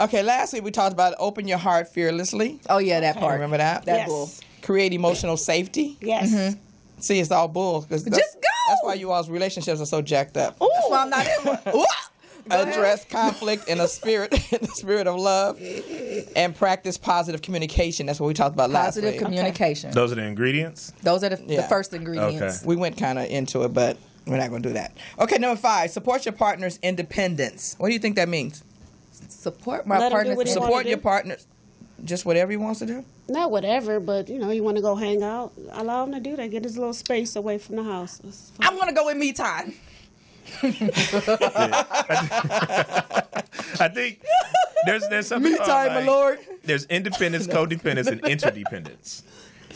Speaker 4: Okay, last week we talked about open your heart fearlessly.
Speaker 2: Oh yeah, that part.
Speaker 4: Remember that?
Speaker 2: That
Speaker 3: Yes.
Speaker 2: bull.
Speaker 4: Create emotional safety.
Speaker 3: Yes.
Speaker 4: See, it's all bull. 'cause that's-
Speaker 2: Just go!
Speaker 4: That's why you all's relationships are so jacked up.
Speaker 2: That's why I'm not in one.
Speaker 4: Ooh. Address conflict in a spirit, in the spirit of love, and practice positive communication. That's what we talked about last
Speaker 2: Positive
Speaker 4: week.
Speaker 2: communication.
Speaker 5: Those are the ingredients.
Speaker 2: Those are the, the
Speaker 4: Yeah.
Speaker 2: first ingredients.
Speaker 4: we went kind of into it, but we're not going to do that. Okay, number five: support your partner's independence. What do you think that means?
Speaker 2: Support my
Speaker 3: Let 'em do
Speaker 2: partners.
Speaker 3: what he
Speaker 2: in-
Speaker 3: wanna
Speaker 4: Support
Speaker 3: do?
Speaker 4: your partner's just whatever he wants to do.
Speaker 3: Not whatever, but you know, you want to go hang out. Allow him to do that. Get his little space away from the house. It's fine.
Speaker 2: I'm gonna go with me time.
Speaker 5: I think there's there's something. called, like- There's independence, codependence, and interdependence.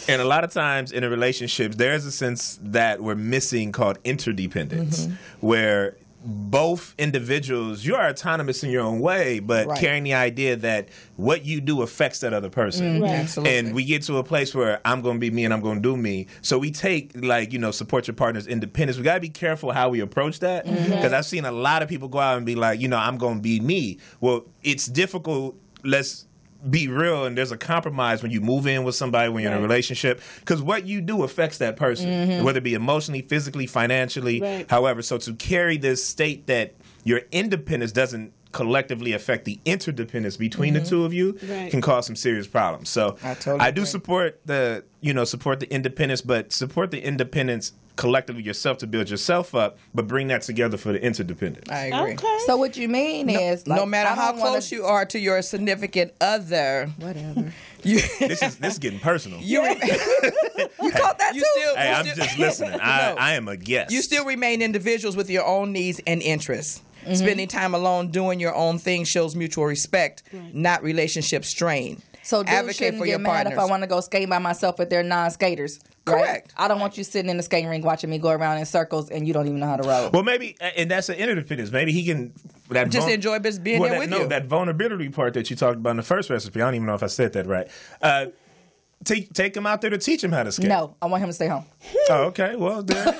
Speaker 5: And a lot of times in a relationship, there's a sense that we're missing called interdependence,
Speaker 4: Mm-hmm.
Speaker 5: where both individuals, you are autonomous in your own way, but
Speaker 4: Right.
Speaker 5: carrying the idea that what you do affects that other person.
Speaker 4: Mm-hmm.
Speaker 3: Right.
Speaker 4: Absolutely.
Speaker 5: And we get to a place where I'm going to be me and I'm going to do me. So we take like you know support your partner's independence. We got to be careful how we approach that because
Speaker 3: Mm-hmm.
Speaker 5: I've seen a lot of people go out and be like, you know, I'm going to be me. Well, it's difficult. Let's be real and there's a compromise when you move in with somebody when you're in a
Speaker 3: Right. Mm-hmm.
Speaker 5: relationship because what you do affects that person whether it be emotionally physically financially
Speaker 3: Right.
Speaker 5: however so to carry this state that your independence doesn't collectively affect the interdependence between the two of you
Speaker 3: Mm-hmm. Right.
Speaker 5: can cause some serious problems so
Speaker 4: I totally
Speaker 5: do
Speaker 4: agree.
Speaker 5: support the you know support the independence, but support the independence collectively yourself to build yourself up, but bring that together for the interdependence.
Speaker 4: I agree.
Speaker 3: Okay.
Speaker 2: So what you mean is like,
Speaker 4: no matter
Speaker 2: I don't
Speaker 4: how
Speaker 2: wanna-
Speaker 4: close you are to your significant other,
Speaker 2: whatever.
Speaker 4: you
Speaker 5: This is this is getting personal.
Speaker 4: you, re-
Speaker 2: You caught that
Speaker 4: you
Speaker 2: too?
Speaker 4: still
Speaker 5: hey,
Speaker 4: you
Speaker 5: I'm
Speaker 4: still-
Speaker 5: just listening. I,
Speaker 4: No.
Speaker 5: I am a guest.
Speaker 4: you still remain individuals with your own needs and interests.
Speaker 2: Mm-hmm.
Speaker 4: Spending time alone doing your own thing shows mutual respect, not relationship strain.
Speaker 2: so dudes shouldn't get mad if I want to go skating by myself with their non-skaters. right?
Speaker 4: Correct.
Speaker 2: I don't want you sitting in the skating ring watching me go around in circles and you don't even know how to roll.
Speaker 5: well, maybe, and that's an interdependence. Maybe he can that
Speaker 4: Just
Speaker 5: vul-
Speaker 4: enjoy just being
Speaker 5: well,
Speaker 4: there
Speaker 5: that,
Speaker 4: with
Speaker 5: no,
Speaker 4: you.
Speaker 5: that vulnerability part that you talked about in the first recipe. I don't even know if I said that right. Uh, take take him out there to teach him how to skate.
Speaker 2: no, I want him to stay home.
Speaker 5: Oh, okay. Well, then.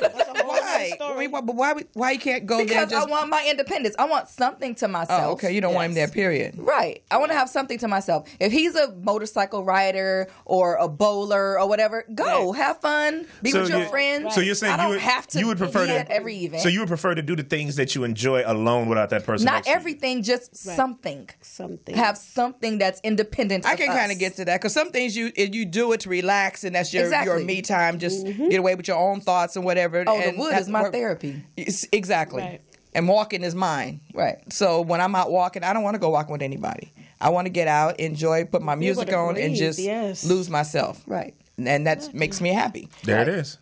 Speaker 4: Why? Right.
Speaker 3: story.
Speaker 4: Why- But why, we- why you can't go there
Speaker 2: because
Speaker 4: just.
Speaker 2: I want my independence. I want something to myself.
Speaker 4: oh, okay. You don't want him there, period.
Speaker 2: Right. I want to have something to myself. If he's a motorcycle rider or a bowler or whatever, go have fun. Be with your
Speaker 5: you-
Speaker 2: friends.
Speaker 5: So you're saying
Speaker 2: I
Speaker 5: you
Speaker 2: don't
Speaker 5: would,
Speaker 2: have to
Speaker 5: you would prefer
Speaker 2: be
Speaker 5: to
Speaker 2: at every event.
Speaker 5: So you would prefer to do the things that you enjoy alone without that person.
Speaker 2: not
Speaker 5: next to you.
Speaker 2: everything, just something.
Speaker 3: Something.
Speaker 2: Have something that's independent.
Speaker 4: I
Speaker 2: of
Speaker 4: can
Speaker 2: us.
Speaker 4: kind of get to that because some things you if you do it to relax and that's your
Speaker 2: Exactly. Mm-hmm.
Speaker 4: your me time. Just get away with your own thoughts and whatever.
Speaker 2: Oh,
Speaker 4: and
Speaker 2: the wood
Speaker 4: that's
Speaker 2: is my
Speaker 4: work-
Speaker 2: therapy.
Speaker 4: It's- Exactly.
Speaker 3: Right.
Speaker 4: And walking is mine.
Speaker 2: Right.
Speaker 4: So when I'm out walking, I don't want to go walking with anybody. I want to get out, enjoy, put my music
Speaker 3: to
Speaker 4: on, and
Speaker 3: breathe,
Speaker 4: just
Speaker 3: yes.
Speaker 4: lose myself.
Speaker 2: Right.
Speaker 4: And that makes me happy.
Speaker 5: There it is.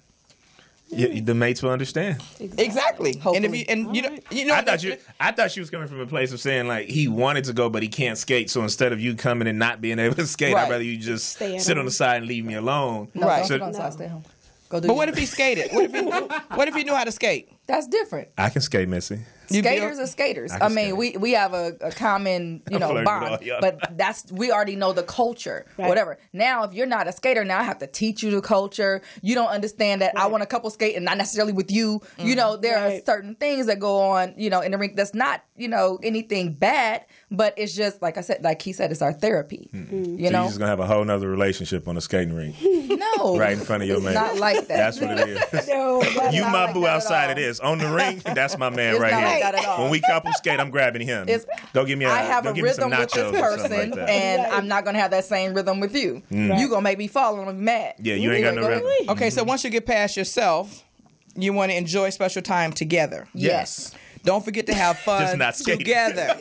Speaker 2: Hmm.
Speaker 5: You- the mates will understand.
Speaker 4: Exactly. And if you
Speaker 2: Hopefully.
Speaker 4: and you know, you know
Speaker 5: I thought you. I thought she was coming from a place of saying like he wanted to go, but he can't skate. So instead of you coming and not being able to skate,
Speaker 4: Right.
Speaker 5: I'd rather you just
Speaker 3: Stay at
Speaker 5: sit on
Speaker 3: home.
Speaker 5: the side and leave me alone.
Speaker 2: No,
Speaker 4: Right.
Speaker 2: don't
Speaker 5: So-
Speaker 2: sit on the side, Stay home. Go do
Speaker 4: But
Speaker 2: you.
Speaker 4: what if he skated? What if he what if he knew how to skate?
Speaker 2: that's different.
Speaker 5: I can skate, Missy.
Speaker 4: You feel-
Speaker 2: skaters are skaters.
Speaker 5: I
Speaker 2: I,
Speaker 5: can
Speaker 2: mean,
Speaker 5: skate.
Speaker 2: we we have a, a common you
Speaker 5: I'm
Speaker 2: know
Speaker 5: flirting with
Speaker 2: bond,
Speaker 5: all y'all.
Speaker 2: but that's we already know the culture,
Speaker 3: Right.
Speaker 2: whatever. Now, if you're not a skater, now I have to teach you the culture. You don't understand that I want a couple skate and not necessarily with you. You know, there are
Speaker 3: Mm. Right.
Speaker 2: certain things that go on, you know, in the rink that's not you know anything bad, but it's just like I said, like he said, it's our therapy. You
Speaker 5: so
Speaker 2: know,
Speaker 5: you're
Speaker 3: Mm.
Speaker 5: just gonna have a whole nother relationship on a skating rink,
Speaker 2: no,
Speaker 5: right in front of your
Speaker 2: it's
Speaker 5: man.
Speaker 2: not like that.
Speaker 5: That's what it is.
Speaker 3: No, but
Speaker 5: You
Speaker 2: not
Speaker 5: my
Speaker 2: like
Speaker 5: boo
Speaker 2: that at
Speaker 5: outside
Speaker 2: all.
Speaker 5: of this on the ring. That's my man
Speaker 2: It's
Speaker 5: right
Speaker 2: not
Speaker 5: here.
Speaker 2: like that at all.
Speaker 5: When we couple skate, I'm grabbing him.
Speaker 2: It's-
Speaker 5: go give me. A,
Speaker 2: I have
Speaker 5: go
Speaker 2: a
Speaker 5: give me some
Speaker 2: rhythm with this
Speaker 5: nachos or something
Speaker 2: person,
Speaker 5: like that. Mm.
Speaker 2: and
Speaker 3: Right.
Speaker 2: I'm not gonna have that same rhythm with you. You gonna make me fall and I'm mad.
Speaker 5: yeah, you ain't got no rhythm.
Speaker 4: Okay, so once you get past yourself, you want to enjoy special time together.
Speaker 2: Yes.
Speaker 4: Don't forget to have fun
Speaker 5: Just not skating.
Speaker 4: together.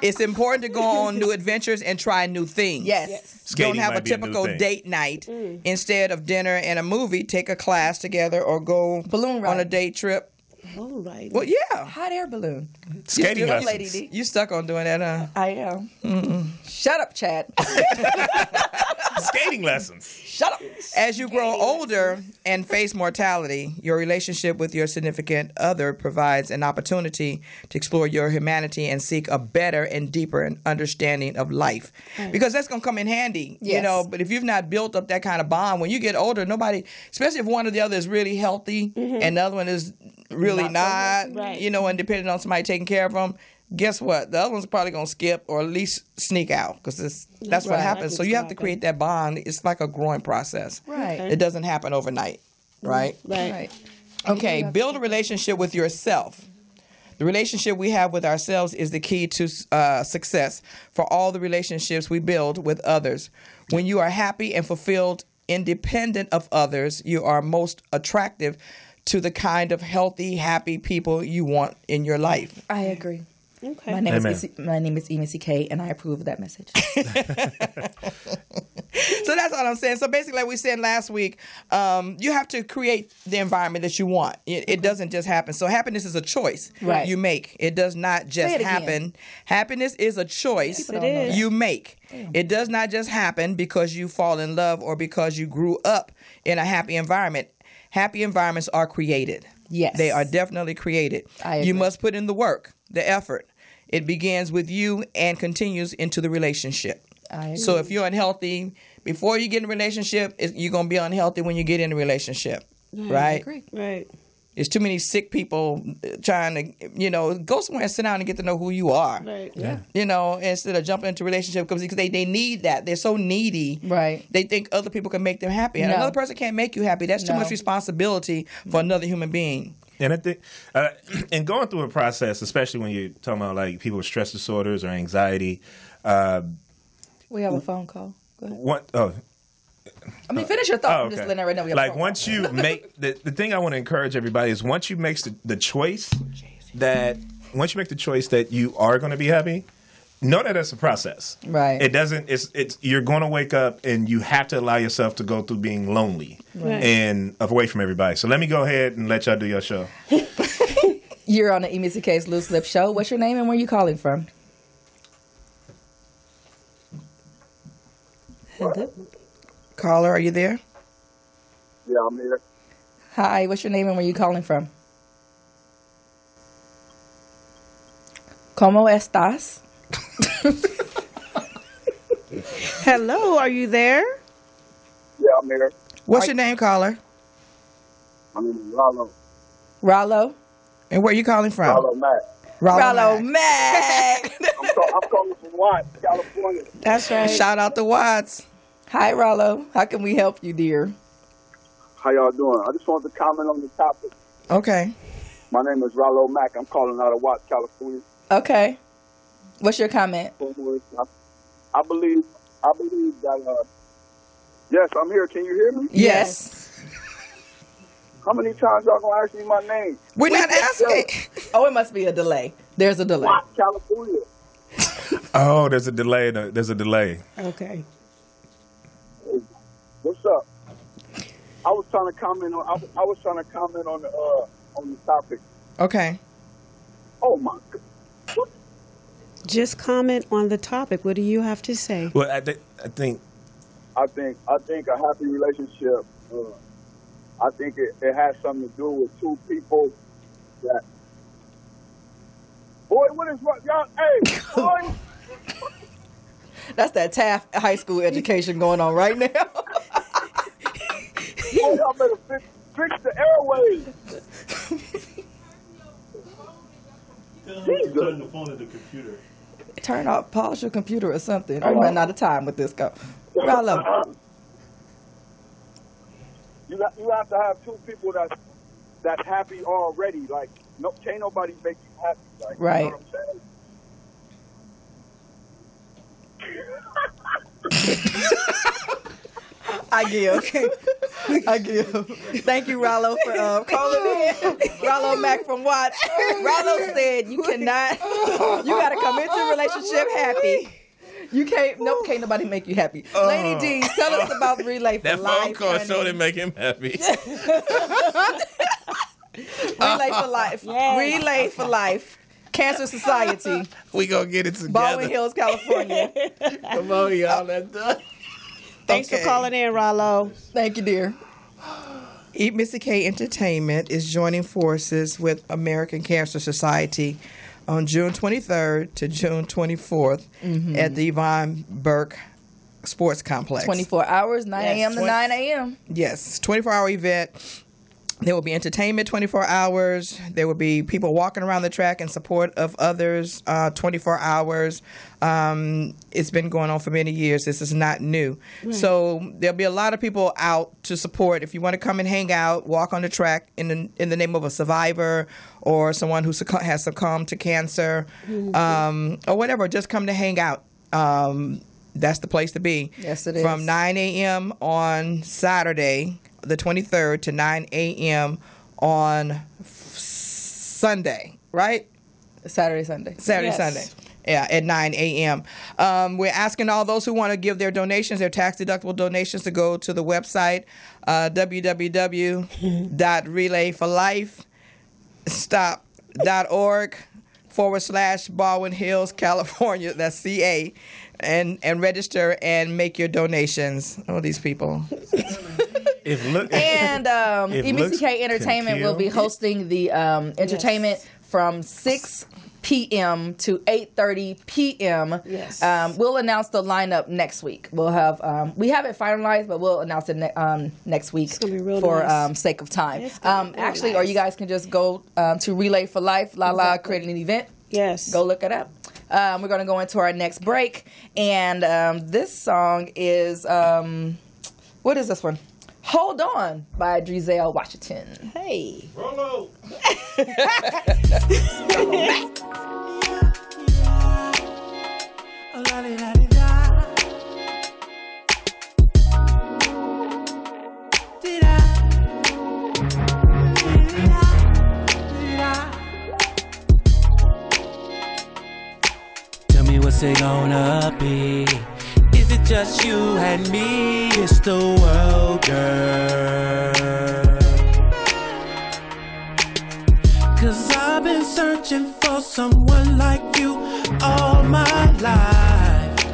Speaker 4: it's important to go on new adventures and try new things.
Speaker 2: Yes.
Speaker 5: Skating
Speaker 4: Don't have
Speaker 5: might
Speaker 4: a
Speaker 5: be a new
Speaker 4: typical
Speaker 5: thing.
Speaker 4: date night. Instead of dinner and a movie, take a class together or go
Speaker 2: Balloon
Speaker 4: on a
Speaker 2: ride.
Speaker 4: day trip.
Speaker 3: all right.
Speaker 4: Well, yeah.
Speaker 2: Hot air balloon.
Speaker 5: Skating
Speaker 4: Still-
Speaker 5: lessons.
Speaker 2: Lady D.
Speaker 4: You stuck on doing that, huh?
Speaker 2: I am. Shut up, Chad.
Speaker 5: Skating lessons.
Speaker 2: Shut up.
Speaker 4: As you grow older and face mortality, your relationship with your significant other provides an opportunity to explore your humanity and seek a better and deeper understanding of life. Because that's going to come in handy, you
Speaker 2: Yes.
Speaker 4: know. But if you've not built up that kind of bond, when you get older, nobody, especially if one or the other is really healthy and the other one is really not,
Speaker 3: Right.
Speaker 4: you know, and depending on somebody taking care of them. Guess what? The other one's probably gonna skip or at least sneak out because that's what
Speaker 3: Right.
Speaker 4: happens. So you have to create that bond. It's like a growing process.
Speaker 2: Right.
Speaker 4: It doesn't happen overnight, right?
Speaker 3: Right.
Speaker 2: Right.
Speaker 4: Okay, build a relationship with yourself. The relationship we have with ourselves is the key to uh, success for all the relationships we build with others. When you are happy and fulfilled, independent of others, you are most attractive to the kind of healthy, happy people you want in your life.
Speaker 2: I agree.
Speaker 3: Okay.
Speaker 2: My name
Speaker 5: Amen.
Speaker 2: is Missy- my name is EMCK, and I approve of that message.
Speaker 4: So that's all I'm saying. So basically, like we said last week, um, you have to create the environment that you want. It, it doesn't just happen. So happiness is a choice
Speaker 2: Right.
Speaker 4: you make. It does not just
Speaker 2: Say it again.
Speaker 4: happen. Happiness is a choice
Speaker 3: People don't know that.
Speaker 4: you make. It does not just happen because you fall in love or because you grew up in a happy environment. Happy environments are created.
Speaker 2: Yes.
Speaker 4: They are definitely created.
Speaker 2: I
Speaker 4: You
Speaker 2: agree.
Speaker 4: must put in the work, the effort. It begins with you and continues into the relationship.
Speaker 2: I
Speaker 4: So if you're unhealthy before you get in a relationship, it's- you're gonna be unhealthy when you get in a relationship, right?
Speaker 2: agree.
Speaker 3: Right.
Speaker 4: There's too many sick people uh, trying to, you know, go somewhere and sit down and get to know who you are,
Speaker 3: Right.
Speaker 4: you know, instead of jumping into a relationship because they, they need that. They're so needy.
Speaker 2: Right.
Speaker 4: They think other people can make them happy. And
Speaker 2: No.
Speaker 4: another person can't make you happy. That's too
Speaker 2: No.
Speaker 4: much responsibility for another human being.
Speaker 5: And I think, uh, and going through a process, especially when you're talking about like people with stress disorders or anxiety. Uh,
Speaker 2: We have a phone call. Go ahead.
Speaker 5: what? Oh,
Speaker 2: I mean, finish your thought.
Speaker 5: Oh,
Speaker 2: I'm just
Speaker 5: okay.
Speaker 2: letting everybody know.
Speaker 5: like once you make the, the thing I want to encourage everybody is once you make the, the choice that once you make the choice that you are going to be happy, know that that's a process.
Speaker 2: Right.
Speaker 5: It doesn't. It's it's you're going to wake up and you have to allow yourself to go through being lonely and away from everybody. So let me go ahead and let y'all do your show.
Speaker 2: you're on the EMCK's Loose Lip Show. What's your name and where you calling from?
Speaker 4: Caller, are you there?
Speaker 9: Yeah, I'm here.
Speaker 2: Hi. What's your name and where you calling from? Como estás?
Speaker 3: Hello, are you there?
Speaker 9: Yeah, I'm here.
Speaker 4: What's your name, caller?
Speaker 9: My name is Rollo.
Speaker 2: Rollo.
Speaker 4: And where you calling from?
Speaker 9: Rollo Mack.
Speaker 4: Rollo
Speaker 2: Rollo
Speaker 4: Mack.
Speaker 2: Mac.
Speaker 9: I'm, call, I'm calling from Watts, California.
Speaker 2: That's right.
Speaker 4: Shout out to Watts.
Speaker 2: Hi, Rollo. How can we help you, dear?
Speaker 9: How y'all doing? I just wanted to comment on the topic.
Speaker 4: Okay.
Speaker 9: My name is Rollo Mack. I'm calling out of Watts, California.
Speaker 2: Okay. What's your comment?
Speaker 9: I, I believe, I believe that. Uh, yes, I'm here. Can you hear me?
Speaker 4: Yes.
Speaker 9: How many times y'all gonna ask me my name?
Speaker 4: We're not asking.
Speaker 2: Oh, it must be a delay. There's a delay.
Speaker 9: Watts, California.
Speaker 5: Oh, there's a delay. There's a delay.
Speaker 3: Okay.
Speaker 9: What's up? I was trying to comment on. I, was- I was trying to comment on the uh, on the topic.
Speaker 4: Okay.
Speaker 9: Oh my god. What?
Speaker 3: Just comment on the topic. What do you have to say?
Speaker 5: Well, I, thi- I think
Speaker 9: I think I think a happy relationship. Uh, I think it, it has something to do with two people that. Boy, what is what y'all? Hey, boy,
Speaker 2: That's that Taft high school education going on right now.
Speaker 9: boy Oh, y'all better fix, fix the airways.
Speaker 6: Tell him
Speaker 9: Jesus.
Speaker 6: to turn the phone to the computer.
Speaker 2: Turn off, pause your computer or something.
Speaker 4: Oh,
Speaker 2: I'm running out of time with this. Go, Rollo.
Speaker 9: You got, you have to have two people that that's happy already. Like no, can't nobody make you happy. Like you
Speaker 2: Right.
Speaker 9: know what I'm saying.
Speaker 2: I give. I give. Thank you, Rollo, for uh, calling in. Rollo Mac from Watts. Rollo said you cannot. You got to come into a relationship happy. You can't. Nope. Can't nobody make you happy. Lady D, tell us about relay for
Speaker 10: That phone
Speaker 2: life.
Speaker 10: call
Speaker 2: honey.
Speaker 10: sure didn't make him happy.
Speaker 2: Relay for life.
Speaker 3: Oh
Speaker 2: Relay for life. Cancer Society,
Speaker 10: we gonna get it
Speaker 2: Baldwin
Speaker 10: together.
Speaker 2: Hills, California.
Speaker 10: Come on, y'all. Let's do it.
Speaker 3: Thanks
Speaker 4: Okay.
Speaker 3: for calling in, Rollo.
Speaker 2: Thank you, dear.
Speaker 4: Eat Missy K Entertainment is joining forces with American Cancer Society on June 23rd to June 24th at the Yvonne Burke Sports Complex.
Speaker 2: 24 hours, 9
Speaker 4: Yes,
Speaker 2: a.m. to
Speaker 4: 20
Speaker 2: 9 a.m.
Speaker 4: Yes, 24 hour event. There will be entertainment 24 hours. There will be people walking around the track in support of others uh, 24 hours. Um, it's been going on for many years. This is not new. So there'll be a lot of people out to support. If you want to come and hang out, walk on the track in the, in the name of a survivor or someone who succ- has succumbed to cancer um, or whatever, just come to hang out. Um, that's the place to be.
Speaker 2: Yes, it is.
Speaker 4: From 9 a.m. on Saturday, the 23rd, to 9 a.m. on f- Sunday, right?
Speaker 2: Saturday, Sunday.
Speaker 4: Saturday,
Speaker 3: Yes.
Speaker 4: Sunday. Yeah, at 9 a.m. Um, we're asking all those who want to give their donations, their tax deductible donations, to go to the website uh, www.relayforlifestop.org forward slash Baldwin Hills, California. That's CA. And, and register and make your donations. Oh, these people.
Speaker 5: if look
Speaker 2: And um,
Speaker 5: If looks
Speaker 2: EBCK
Speaker 5: can
Speaker 2: Entertainment
Speaker 5: kill.
Speaker 2: will be hosting the um, entertainment from 6 p.m. to 8:30 p.m.
Speaker 3: Yes.
Speaker 2: Um, we'll announce the lineup next week. We'll have um, we haven't finalized, but we'll announce it ne- um, next week
Speaker 3: gonna be real
Speaker 2: for
Speaker 3: nice.
Speaker 2: um, sake of time.
Speaker 3: It's gonna
Speaker 2: Um,
Speaker 3: be real
Speaker 2: actually, or
Speaker 3: nice.
Speaker 2: you guys can just go um, to Relay for Life. La La
Speaker 3: Exactly.
Speaker 2: created an event.
Speaker 3: Yes.
Speaker 2: Go look it up. Um, we're going to go into our next break. And um, this song is, um, what is this one? Hold On by Drizel Washington.
Speaker 3: Hey.
Speaker 6: Rollo.
Speaker 8: Oh, la di da di da. Di da. Di di da. Di da.
Speaker 11: Tell me what's it gonna be? Is it just you and me? It's the world, girl. Cause I've been searching for someone like you all my life.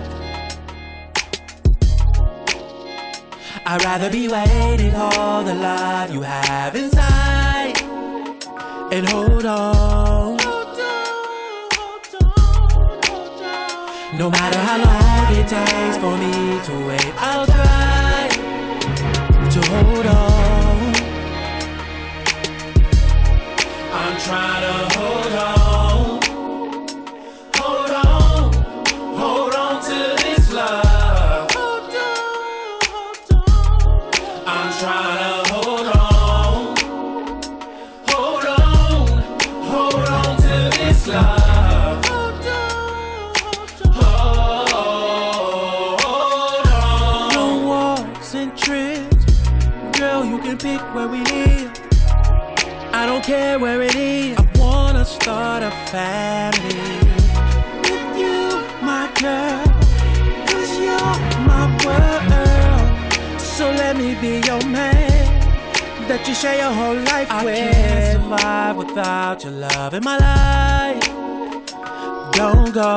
Speaker 11: I'd rather be waiting for the love you have inside and hold on. No matter how long it takes for me to wait, I'll try to hold on. try to hold on. Hold on. Hold on to this love. Hold on. I'm trying to hold on. Hold on. Hold on to this love. Hold on. No walks and trips. Girl, you can pick where we live. I don't care where it is. I wanna start a family with you, my girl. Cause you're my world. So let me be your man that you share your whole life
Speaker 12: I
Speaker 11: with.
Speaker 12: can't
Speaker 11: survive without your love in my life. Don't go.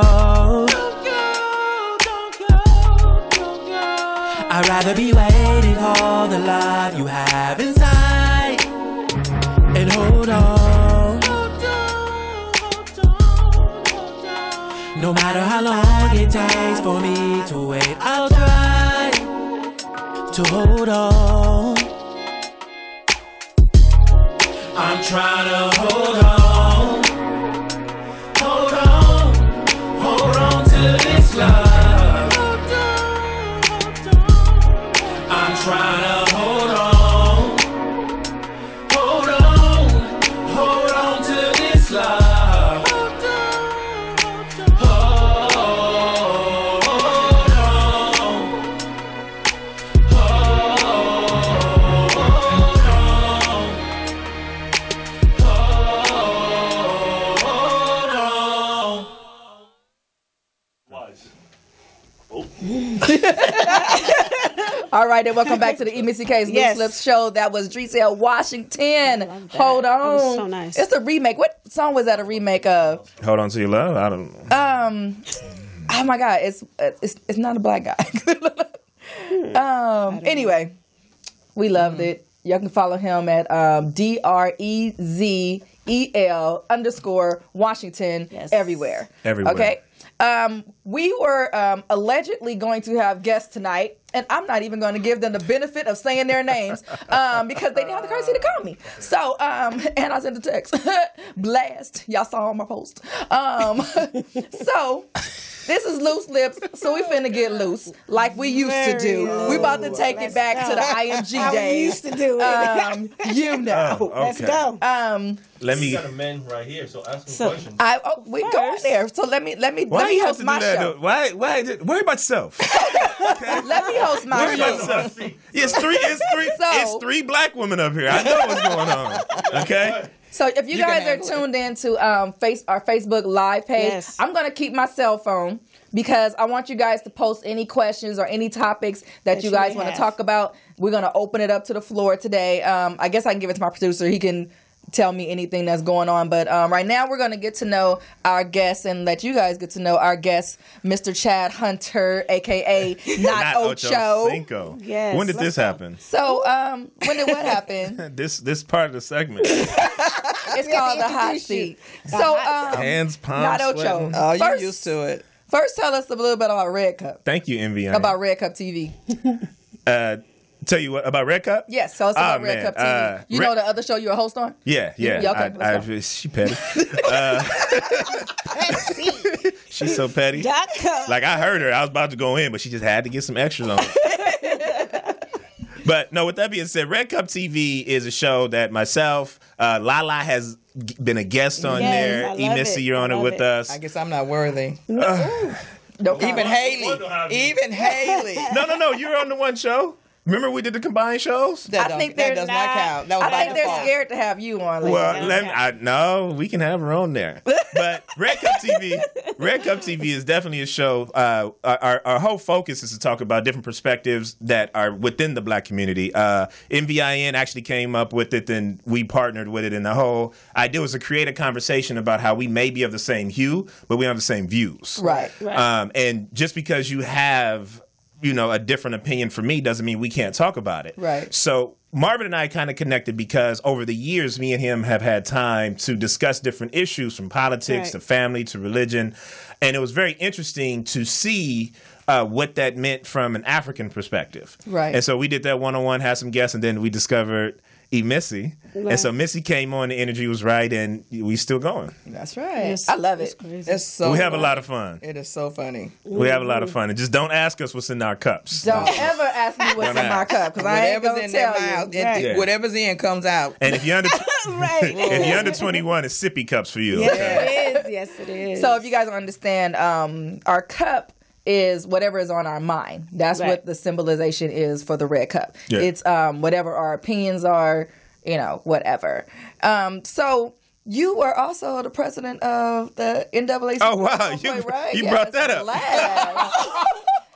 Speaker 12: I'd rather be waiting for the love you have inside and hold on. No matter how long it takes for me to wait, I'll try to hold on.
Speaker 11: I'm trying to hold on. Hold on. Hold on to this love. I'm trying to hold on. Hold on. Hold on to this love. Hold on.
Speaker 2: All right, and welcome back to the EMCK's
Speaker 3: Yes.
Speaker 2: Loose Lips show. That was Driselle Washington. Hold on,
Speaker 3: That was so nice.
Speaker 2: It's a remake. What song was that a remake of?
Speaker 5: Hold on to your love. I don't.
Speaker 2: Um, oh my God, it's uh, it's it's not a black guy. um, anyway, we loved it. Y'all can follow him at um, D R E Z E L underscore Washington everywhere.
Speaker 1: Everywhere.
Speaker 2: Okay. Um, we were um, allegedly going to have guests tonight, and I'm not even going to give them the benefit of saying their names um, because they didn't have the courtesy to call me. So, um, and I sent a text blast. Y'all saw my post. Um, so. This is loose lips, so we finna get loose like we used to do.
Speaker 3: Very
Speaker 2: We about to
Speaker 3: loose.
Speaker 2: take it
Speaker 3: Let's
Speaker 2: back to
Speaker 3: go.
Speaker 2: the IMG
Speaker 3: How we
Speaker 2: days.
Speaker 3: used to do it.
Speaker 2: Um, you know.
Speaker 5: Oh, Let's okay. go.
Speaker 2: Um,
Speaker 5: Let
Speaker 6: You
Speaker 5: me.
Speaker 6: got a man right here, so ask him
Speaker 2: so
Speaker 6: questions.
Speaker 2: I oh, we go there. So let me let me
Speaker 5: Why
Speaker 2: let
Speaker 5: do
Speaker 2: me
Speaker 5: you have
Speaker 2: host
Speaker 5: to do
Speaker 2: my
Speaker 5: that?
Speaker 2: show.
Speaker 5: though? Why? Why? did- Worry about yourself.
Speaker 2: Let me host my
Speaker 5: Worry
Speaker 2: show.
Speaker 5: about yourself. It's three. It's three.
Speaker 2: So-
Speaker 5: it's three black women up here. I know what's going on. Okay.
Speaker 2: So if you,
Speaker 5: You can
Speaker 2: guys are
Speaker 5: handle it.
Speaker 2: tuned into um, face our Facebook live page,
Speaker 3: Yes.
Speaker 2: I'm gonna keep my cell phone because I want you guys to post any questions or any topics that,
Speaker 3: That
Speaker 2: you
Speaker 3: you
Speaker 2: guys
Speaker 3: may
Speaker 2: want to
Speaker 3: have.
Speaker 2: talk about. We're gonna open it up to the floor today. Um, I guess I can give it to my producer. He can tell me anything that's going on. But um, right now, we're gonna get to know our guests and let you guys get to know our guest, Mr. Chad Hunter, aka Not, Ocho.
Speaker 5: Cinco.
Speaker 2: Yes,
Speaker 5: When did
Speaker 2: let's
Speaker 5: this happen?
Speaker 2: So um, when did what happen?
Speaker 5: This this part of the segment.
Speaker 2: It's called the hot seat. So um,
Speaker 5: Hands, palms,
Speaker 2: not Ocho.
Speaker 5: sweating.
Speaker 4: Oh, you
Speaker 2: First-
Speaker 4: used to it.
Speaker 2: First, tell us a little bit about Red Cup.
Speaker 5: Thank you, Envy. Iron.
Speaker 2: About Red Cup TV.
Speaker 5: uh, tell you what about Red Cup.
Speaker 2: Yes, tell us about
Speaker 5: Oh,
Speaker 2: Red
Speaker 5: man,
Speaker 2: Cup TV.
Speaker 5: uh,
Speaker 2: you know the other show you're a host on?
Speaker 5: Yeah, yeah.
Speaker 2: Yeah, okay,
Speaker 5: I-
Speaker 2: let's
Speaker 5: I- she petty. Uh, she's so petty. Like I heard her. I was about to go in, but she just had to get some extras on. but no, with that being said, Red Cup TV is a show that myself, uh, Lala has g- been a guest on
Speaker 4: Yes, I
Speaker 5: there. E
Speaker 4: love
Speaker 5: Missy,
Speaker 4: it.
Speaker 5: you're on
Speaker 4: I
Speaker 5: it
Speaker 4: love
Speaker 5: with
Speaker 4: it.
Speaker 5: us.
Speaker 4: I guess I'm not worthy.
Speaker 5: comment.
Speaker 4: Even Haley. Even Haley.
Speaker 5: no, no, no. You're on the one show. Remember we did the combined shows.
Speaker 4: That, don't, that does not, count. That was
Speaker 2: I think
Speaker 4: my
Speaker 2: they're
Speaker 4: fault.
Speaker 2: scared to have you on. Like,
Speaker 5: Well, let me, I, no, we can have her on there. But Red Cup TV, Red Cup TV is definitely a show. Uh, our, our whole focus is to talk about different perspectives that are within the Black community. Uh, MVIN actually came up with it, then we partnered with it. And the whole idea was to create a conversation about how we may be of the same hue, but we don't have the same views.
Speaker 2: Right, right.
Speaker 5: Um, and just because you have you know a different opinion from me doesn't mean we can't talk about it.
Speaker 2: Right.
Speaker 5: So Marvin and I kind of connected because over the years, me and him have had time to discuss different issues from politics
Speaker 10: Right.
Speaker 5: to family to religion. And it was very interesting to see uh, what that meant from an African perspective.
Speaker 10: Right.
Speaker 5: And so we did that one on one, had some guests, and then we discovered E Missy. And so Missy came on, the energy was right, and we still going.
Speaker 4: That's right.
Speaker 2: I love it.
Speaker 4: It's so
Speaker 5: we have a
Speaker 4: funny.
Speaker 5: lot of fun.
Speaker 4: It is so funny.
Speaker 5: We have a
Speaker 4: Mm-hmm.
Speaker 5: lot of fun. And just don't ask us what's in our cups.
Speaker 2: Don't ever ask me what's
Speaker 5: Don't
Speaker 2: in my
Speaker 5: ask.
Speaker 2: cup because I ain't
Speaker 4: Whatever's
Speaker 2: gonna
Speaker 4: in that
Speaker 2: tell
Speaker 4: mouth,
Speaker 2: you.
Speaker 4: it-
Speaker 5: Right. Yeah.
Speaker 4: Whatever's in comes out.
Speaker 5: And if you're under
Speaker 2: Right.
Speaker 5: if you're under 21, it's sippy cups for you.
Speaker 2: Yes,
Speaker 5: okay?
Speaker 2: it
Speaker 3: is. Yes, it is.
Speaker 2: So if you guys don't understand, um, our cup is whatever is on our mind. That's
Speaker 3: Right.
Speaker 2: what the symbolization is for the red cup.
Speaker 3: Yeah.
Speaker 2: It's um, whatever our opinions are, you know, whatever. Um, so you were also the president of the NAACP.
Speaker 5: Oh wow, you,
Speaker 2: right?
Speaker 5: you
Speaker 2: Yes,
Speaker 5: brought that up.
Speaker 2: relax.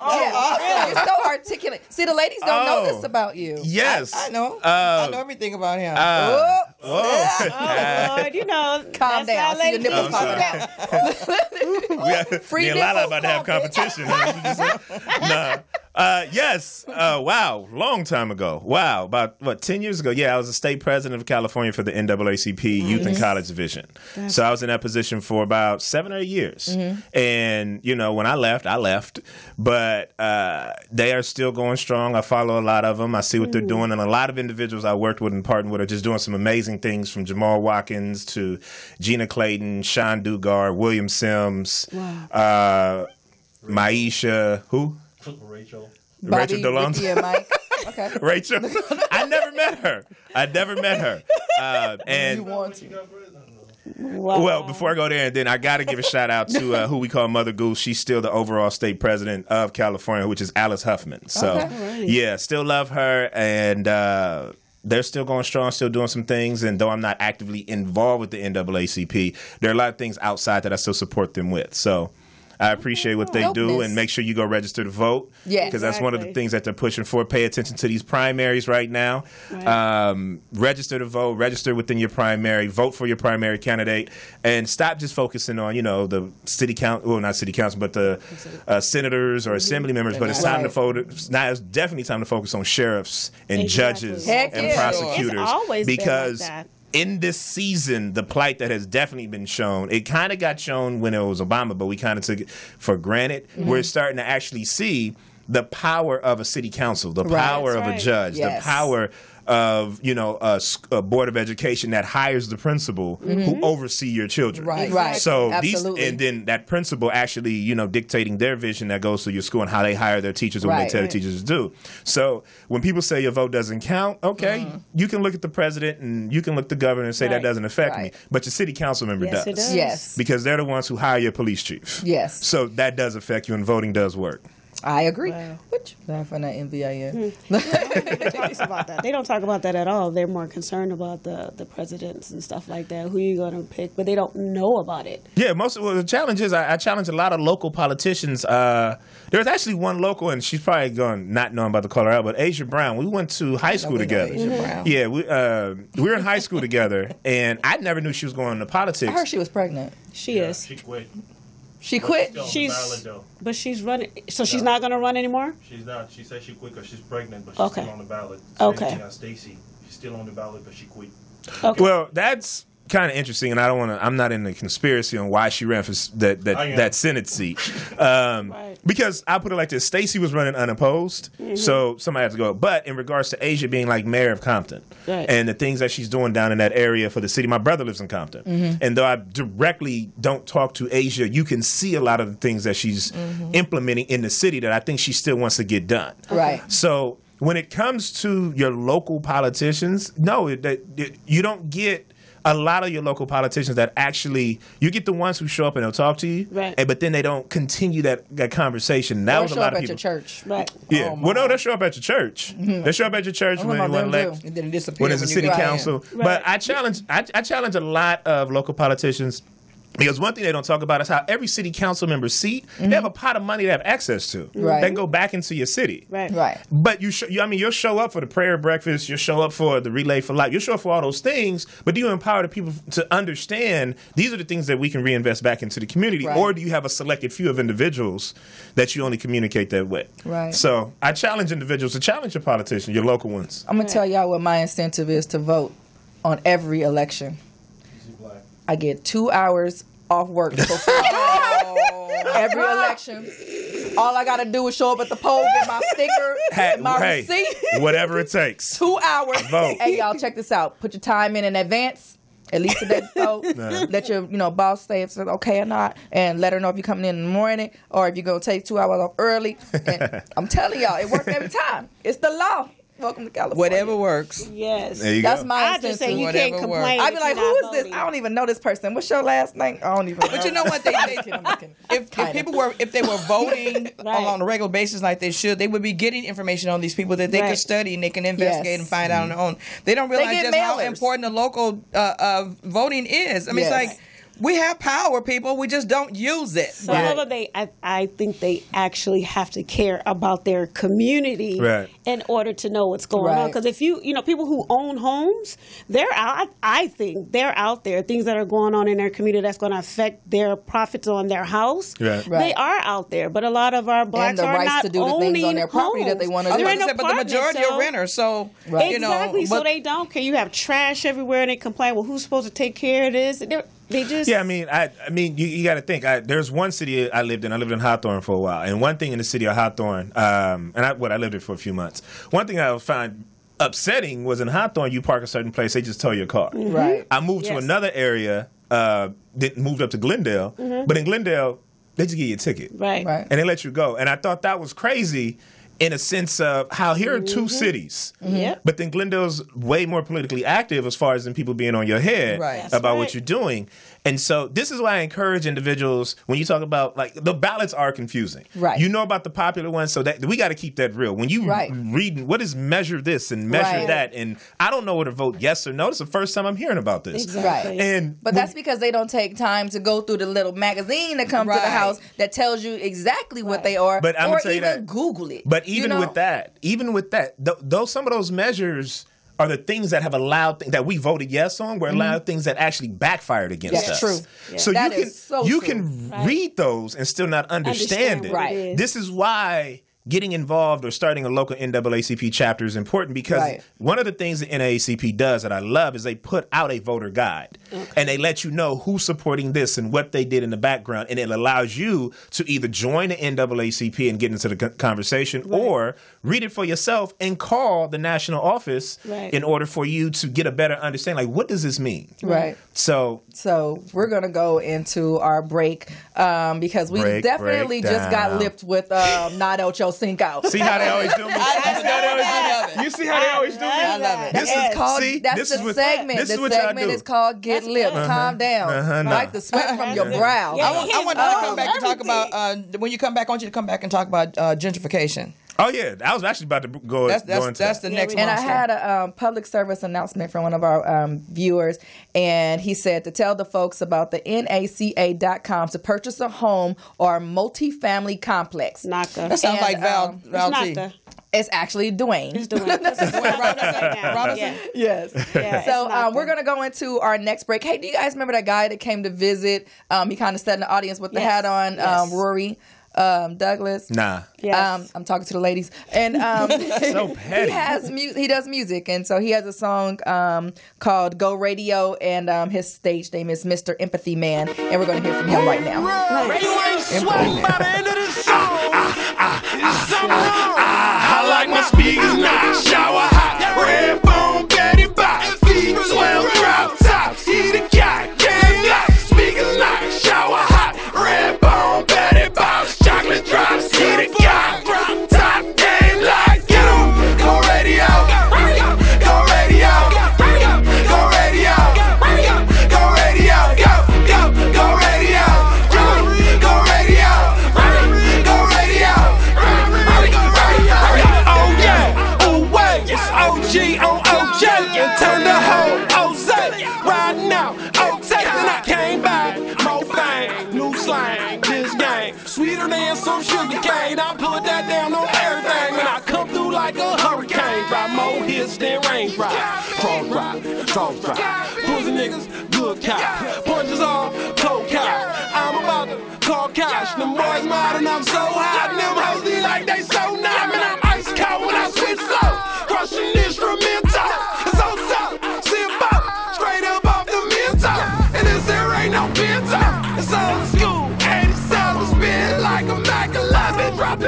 Speaker 2: yeah, really, you're so articulate. See, the ladies don't know
Speaker 5: Oh.
Speaker 2: this about you.
Speaker 5: Yes.
Speaker 4: I know.
Speaker 5: Uh,
Speaker 4: I know everything about him.
Speaker 5: uh, oh.
Speaker 3: Lord, you know,
Speaker 2: Calm down. See your
Speaker 3: lady
Speaker 2: nipples
Speaker 5: Oh, I'm
Speaker 2: popping out.
Speaker 5: we, me and Lala about to have competition. huh? You just- nah. Uh, yes. Uh, wow. Long time ago. Wow. About what? Ten years ago. Yeah, I was the state president of California for the NAACP Youth and
Speaker 13: Nice.
Speaker 5: College Division.
Speaker 13: That's-
Speaker 5: so I was in that position for about seven or eight years. And you know, when I left, I left. But uh, they are still going strong. I follow a lot of them. I see what they're
Speaker 13: Mm.
Speaker 5: doing, and a lot of individuals I worked with and partnered with are just doing some amazing things. From Jamal Watkins to Gina Clayton, Sean Dugard, William Sims.
Speaker 3: Wow.
Speaker 5: Uh, Maisha, who?
Speaker 6: Rachel.
Speaker 5: Rachel
Speaker 2: Ricky,
Speaker 5: Delonte.
Speaker 2: and Mike. Okay.
Speaker 5: Rachel. I never met her. I never met her. Uh, and
Speaker 2: you want to.
Speaker 5: well, before I go there, and then I got to give a shout out to uh, who we call Mother Goose. She's still the overall state president of California, which is Alice Huffman. So,
Speaker 13: Okay. All right.
Speaker 5: yeah, still love her, and uh, they're still going strong, still doing some things. And though I'm not actively involved with the NAACP, there are a lot of things outside that I still support them with. So. I appreciate what they do,
Speaker 13: Dopeness.
Speaker 5: and make sure you go register to vote.
Speaker 13: Yes.
Speaker 5: because that's one of the
Speaker 13: Exactly.
Speaker 5: things that they're pushing for. Pay attention to these primaries right now.
Speaker 13: Right.
Speaker 5: Um, register to vote. Register within your primary. Vote for your primary candidate, and stop just focusing on you know the city council. Well, not city council, but the uh, senators
Speaker 13: Mm-hmm.
Speaker 5: or assembly members. But it's
Speaker 13: Right.
Speaker 5: time to focus. Now it's definitely time to focus on sheriffs and
Speaker 13: Exactly.
Speaker 5: judges
Speaker 13: Heck
Speaker 5: and
Speaker 13: yeah.
Speaker 5: prosecutors.
Speaker 13: It's always been like
Speaker 5: because
Speaker 13: that.
Speaker 5: in this season, the plight that has definitely been shown, it kind of got shown when it was Obama, but we kind of took it for granted.
Speaker 13: Mhm.
Speaker 5: We're starting to actually see the power of a city council, the
Speaker 13: Right.
Speaker 5: power
Speaker 13: That's
Speaker 5: of
Speaker 13: right.
Speaker 5: a judge,
Speaker 13: Yes.
Speaker 5: the power of you know a, s- a board of education that hires the principal
Speaker 13: Mhm.
Speaker 5: who oversee your children.
Speaker 13: Right. Right.
Speaker 5: So
Speaker 13: Absolutely.
Speaker 5: these and then that principal actually you know dictating their vision that goes through your school and how they hire their teachers and what
Speaker 13: Right.
Speaker 5: they tell
Speaker 13: Right.
Speaker 5: the teachers to do. So when people say your vote doesn't count, okay, you can look at the president and you can look at the governor and say
Speaker 13: Mm-hmm. Right.
Speaker 5: that doesn't affect me,
Speaker 13: Right.
Speaker 5: but your city council member
Speaker 13: Yes, it
Speaker 5: does.
Speaker 13: does. Yes.
Speaker 5: because they're the ones who hire your police chief.
Speaker 2: Yes.
Speaker 5: So that does affect you, and voting does work.
Speaker 2: I agree. Which I'm from the NBIN.
Speaker 3: about that. They don't talk about that at all. They're more concerned about the, the presidents and stuff like that, who you going to pick, but they don't know about it.
Speaker 5: Yeah, most of well, the challenge is I, I challenge a lot of local politicians. Uh, there was actually one local, and she's probably going not knowing about the color out, but Asia Brown. We went to high school
Speaker 13: we know
Speaker 5: together.
Speaker 13: Asia Brown.
Speaker 5: Yeah, we uh, we were in high school together, and I never knew she was going into
Speaker 2: I
Speaker 5: politics.
Speaker 2: heard she was pregnant.
Speaker 3: She is.
Speaker 6: She quit.
Speaker 2: She quit.
Speaker 6: Still valid
Speaker 3: She's,
Speaker 6: though.
Speaker 3: but she's running. So she's
Speaker 6: No.
Speaker 3: not going to run anymore?
Speaker 6: She's not. She said she quit because she's pregnant, but she's
Speaker 3: Okay.
Speaker 6: still on the ballot.
Speaker 3: Okay.
Speaker 6: Same thing on Stacy. She's still on the ballot, but she quit.
Speaker 5: Well, that's kind of interesting, and I don't want to. I'm not in the conspiracy on why she ran for s- that
Speaker 6: I
Speaker 5: that,
Speaker 6: am.
Speaker 5: that Senate seat, um, because I put it like this: Stacey was running unopposed,
Speaker 13: Mhm.
Speaker 5: so somebody had to go. But in regards to Asia being like mayor of Compton
Speaker 13: Right.
Speaker 5: and the things that she's doing down in that area for the city, my brother lives in Compton,
Speaker 13: Mhm.
Speaker 5: and though I directly don't talk to Asia, you can see a lot of the things that she's implementing in the city that I think she still wants to get done.
Speaker 2: Right.
Speaker 5: So when it comes to your local politicians, no, it- that it- you don't get a lot of your local politicians that actually you get the ones who show up and they'll talk to you,
Speaker 3: right?
Speaker 5: And, but then they don't continue that that conversation. That
Speaker 2: Or
Speaker 5: was a
Speaker 2: show
Speaker 5: lot
Speaker 2: up
Speaker 5: of
Speaker 2: at
Speaker 5: people.
Speaker 2: your church.
Speaker 3: Right.
Speaker 5: Yeah, well, no, they show up at your church. They show up at your church
Speaker 4: I
Speaker 5: when
Speaker 4: remember
Speaker 5: you
Speaker 4: them
Speaker 5: elect,
Speaker 4: too. And then it disappeared
Speaker 5: when it's a
Speaker 4: when you
Speaker 5: city
Speaker 4: got in.
Speaker 5: council. But I challenge, I, I challenge a lot of local politicians. Because one thing they don't talk about is how every city council member's seat, they have a pot of money they have access to.
Speaker 13: Right.
Speaker 5: They can go back into your city.
Speaker 3: Right.
Speaker 2: Right.
Speaker 5: But you, sh- you, I mean, you'll show up for the prayer breakfast. You'll show up for the relay for life. You'll show up for all those things. But do you empower the people to understand these are the things that we can reinvest back into the community,
Speaker 13: Right.
Speaker 5: or do you have a selected few of individuals that you only communicate that with?
Speaker 2: Right.
Speaker 5: So I challenge individuals to challenge your politician, your local ones.
Speaker 2: I'm gonna tell y'all what my incentive is to vote on every election. I get two hours off work for free. every election. All I gotta do is show up at the poll, get my sticker,
Speaker 5: Hey,
Speaker 2: and my
Speaker 5: hey,
Speaker 2: receipt.
Speaker 5: whatever it takes.
Speaker 2: Two hours.
Speaker 5: Vote.
Speaker 2: Hey y'all, check this out. Put your time in in advance. At least today, vote.
Speaker 5: Nah.
Speaker 2: Let your you know boss say if it's okay or not, and let her know if you're coming in, in the morning or if you're gonna take two hours off early. And I'm telling y'all, it worked every time. It's the law. Welcome to California.
Speaker 4: Whatever works.
Speaker 2: Yes,
Speaker 4: There you
Speaker 2: that's
Speaker 4: go.
Speaker 2: my.
Speaker 4: I just say you can't Whatever complain
Speaker 2: I'd
Speaker 4: if
Speaker 2: be
Speaker 4: you're
Speaker 2: like,
Speaker 4: not
Speaker 2: "Who is this? I don't even know this person. What's your last name? I don't even." know.
Speaker 4: But you know what? They, they, if, if people were if they were voting on, on a regular basis like they should, they would be getting information on these people that they
Speaker 2: Right.
Speaker 4: could study and they can investigate
Speaker 2: Yes.
Speaker 4: and find out on their own. They don't
Speaker 2: They
Speaker 4: realize
Speaker 2: get
Speaker 4: just how
Speaker 2: mailers.
Speaker 4: important the local uh, uh, voting is. I mean,
Speaker 3: Yes.
Speaker 4: it's like we have power, people. We just don't use it.
Speaker 3: Some of them, they, I, I think they actually have to care about their community
Speaker 4: Right.
Speaker 3: in order to know what's going on.
Speaker 4: Right.
Speaker 3: Because if you, you know, people who own homes, they're out. I think they're out there. Things that are going on in their community that's going to affect their profits on their house.
Speaker 4: Right.
Speaker 3: They
Speaker 4: Right.
Speaker 3: are out there, but a lot of our blacks
Speaker 2: the
Speaker 3: are
Speaker 2: rights
Speaker 3: not
Speaker 2: to do the things on
Speaker 3: owning
Speaker 2: their property that they wanna
Speaker 3: homes.
Speaker 2: do.
Speaker 3: They're
Speaker 4: I was
Speaker 3: in
Speaker 4: about to say, but the
Speaker 3: apartments,
Speaker 4: majority
Speaker 3: so-
Speaker 4: are renters, so you know,
Speaker 3: exactly. so
Speaker 4: but-
Speaker 3: they don't care. You have trash everywhere, and they complain. Well, who's supposed to take care of this? They're, they just
Speaker 5: Yeah, I mean, I, I mean, you, you got to think. I, there's one city I lived in. I lived in Hawthorne for a while, and one thing in the city of Hawthorne, um, and I, what I lived there for a few months. One thing I found upsetting was in Hawthorne, you park a certain place, they just tow your car.
Speaker 1: Mhm. Right.
Speaker 5: I moved to
Speaker 1: Yes.
Speaker 5: another area, uh, that moved up to Glendale,
Speaker 1: Mhm.
Speaker 5: but in Glendale, they just give you a ticket,
Speaker 3: Right. Right.
Speaker 5: And they let you go, and I thought that was crazy. In a sense of how here are two
Speaker 1: Mhm.
Speaker 5: cities,
Speaker 2: Mm-hmm.
Speaker 1: Mhm. Yep.
Speaker 5: but then Glendale's way more politically active as far as in people being on your head
Speaker 1: Right. That's
Speaker 5: about
Speaker 1: right.
Speaker 5: what you're doing. And so this is why I encourage individuals when you talk about like the ballots are confusing.
Speaker 1: Right.
Speaker 5: You know about the popular ones, so that we got to keep that real. When you
Speaker 1: Right.
Speaker 5: read what is measure this and measure
Speaker 2: Right.
Speaker 5: that, and I don't know where to vote yes or no. It's the first time I'm hearing about this.
Speaker 2: Exactly.
Speaker 5: And
Speaker 2: But that's because they don't take time to go through the little magazine that comes to the
Speaker 5: Right.
Speaker 2: house that tells you exactly what they are,
Speaker 5: But I'm
Speaker 2: or
Speaker 5: gonna tell you
Speaker 2: even
Speaker 5: that-
Speaker 2: Google it.
Speaker 5: But
Speaker 2: you
Speaker 5: even
Speaker 2: know?
Speaker 5: with that, even with that, th- though some of those measures are the things that have allowed th- that we voted yes on were allowed things that actually backfired against
Speaker 1: Mm-hmm. That's
Speaker 5: us.
Speaker 1: true. Yeah.
Speaker 5: So
Speaker 1: That
Speaker 5: you
Speaker 1: is
Speaker 5: can
Speaker 1: so
Speaker 5: you
Speaker 1: true.
Speaker 5: can
Speaker 1: Right.
Speaker 5: read those and still not
Speaker 1: Understand
Speaker 5: understand, it.
Speaker 1: what it Right. is.
Speaker 5: This is why getting involved or starting a local NAACP chapter is important because
Speaker 1: Right.
Speaker 5: one of the things the NAACP does that I love is they put out a voter guide and they let you know who's supporting this and what they did in the background. And it allows you to either join the NAACP and get into the con- conversation or read it for yourself and call the national office
Speaker 2: Right.
Speaker 5: in order for you to get a better understanding. Like, what does this mean?
Speaker 2: Right.
Speaker 5: So,
Speaker 2: So we're gonna go into our break um, because we
Speaker 5: Break,
Speaker 2: definitely
Speaker 5: break
Speaker 2: just got
Speaker 5: down.
Speaker 2: lipped with um, "Not Ocho Cinco."
Speaker 5: See how they always do me?
Speaker 1: You see how they always do me?
Speaker 2: I love it. This is called.
Speaker 1: See,
Speaker 2: that's
Speaker 1: this
Speaker 2: the
Speaker 1: is what-
Speaker 2: segment.
Speaker 1: this is
Speaker 2: the
Speaker 1: what y'all
Speaker 2: segment
Speaker 1: do.
Speaker 2: is called "Get Lipped."
Speaker 4: Uh-huh.
Speaker 2: Calm down.
Speaker 4: Uh-huh, no.
Speaker 2: Like the sweat from your brow.
Speaker 4: I want, I want you to come back and talk about uh, when you come back. I want you to come back and talk about uh, gentrification.
Speaker 5: oh yeah, I was actually about to go.
Speaker 4: That's- that's-
Speaker 5: go into
Speaker 4: that's
Speaker 5: that.
Speaker 4: the next
Speaker 2: and I had a um, public service announcement from one of our um, viewers, and he said to tell the folks about the NACA.com to purchase a home or multifamily complex.
Speaker 3: Naka.
Speaker 4: That sounds like Val-
Speaker 3: um,
Speaker 4: Val It's T. Naka.
Speaker 2: It's actually Dwayne. It's
Speaker 4: Robinson?
Speaker 2: Yes.
Speaker 4: Yeah,
Speaker 2: so um, we're going to go into our next break. Hey, do you guys remember that guy that came to visit? Um, he kind of sat in the audience with the
Speaker 4: Yes.
Speaker 2: hat on, um, Rory um, Douglas.
Speaker 5: Nah.
Speaker 2: Um, I'm talking to the ladies, and um,
Speaker 1: So petty.
Speaker 2: he has mu- he does music, and so he has a song um, called "Go Radio," and um, his stage name is Mr. Empathy Man, and we're gonna hear from him right now.
Speaker 1: You ain't sweating by the end of this song. It's something wrong. I like my speakers now. Shower hot. Red bone, Betty Bop. Feet swell, drop tops. Eat a cat, can't lie. Speakers knock. Shower hot. Red bone, Betty Bop. Chocolate drops. Eat a cat. Drop top, can't lie. Get 'em. Go radio. Go radio. Go radio. Go radio. Go, go, go radio. Go, go radio. Go radio. Oh yeah. Oh wait. It's OG on OJ. And turn the whole Ose. Riding out. OJ. Then I came back. More fame. New slang. This game. Sweeter than some sugar cane. I put that down on everything. When I come through like a hurricane. Drop more hits than rain drop. Cross drop. Cross drop. Pussy niggas. Good cop. Punches off. Cold cop. I'm about to call cash. Them boys mad and I'm so hot. And them hoes they like they so numb. And I'm ice cold when I switch slow. Crushing instrumental. It's on top. Sip up. Straight up off the mental. And this here ain't no pizza. It's old school. 87 spin like a Mac 11. Drop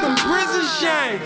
Speaker 1: some prison shame.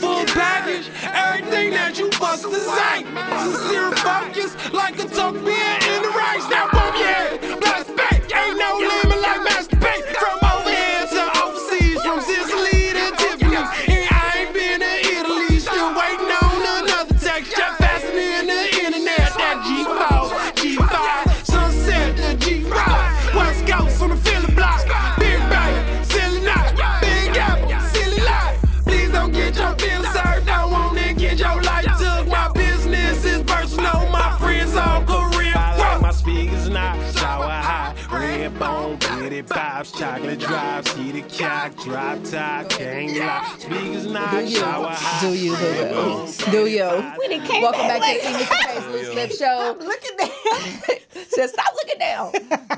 Speaker 1: Full package, everything that you must design. Sincere focus, like a torpedo in the rain. Snap on your head, blast back. Ain't no limit like masturbate. From over here to overseas, from Sicily to Tiffany's. And I ain't been to Italy, still waiting on another text. Just fascinating the internet, that G4, G5, sunset, the G5. West Coast on the Philly block, Big Bang, silly night, Big Apple, silly life. Please don't get your feelings hurt, I want to get your life took. My business is personal, my friends all career.
Speaker 13: I like my speakers now, shower high, red bone, pretty vibes, chocolate drops, heat a cock, drop top, can't lie. Speakers now, shower high.
Speaker 2: Do you, do you, do you?
Speaker 3: We done came
Speaker 2: Welcome
Speaker 3: back
Speaker 2: back to the
Speaker 3: late.
Speaker 2: English Face Loose Lip Show. Look at that. Says stop looking down.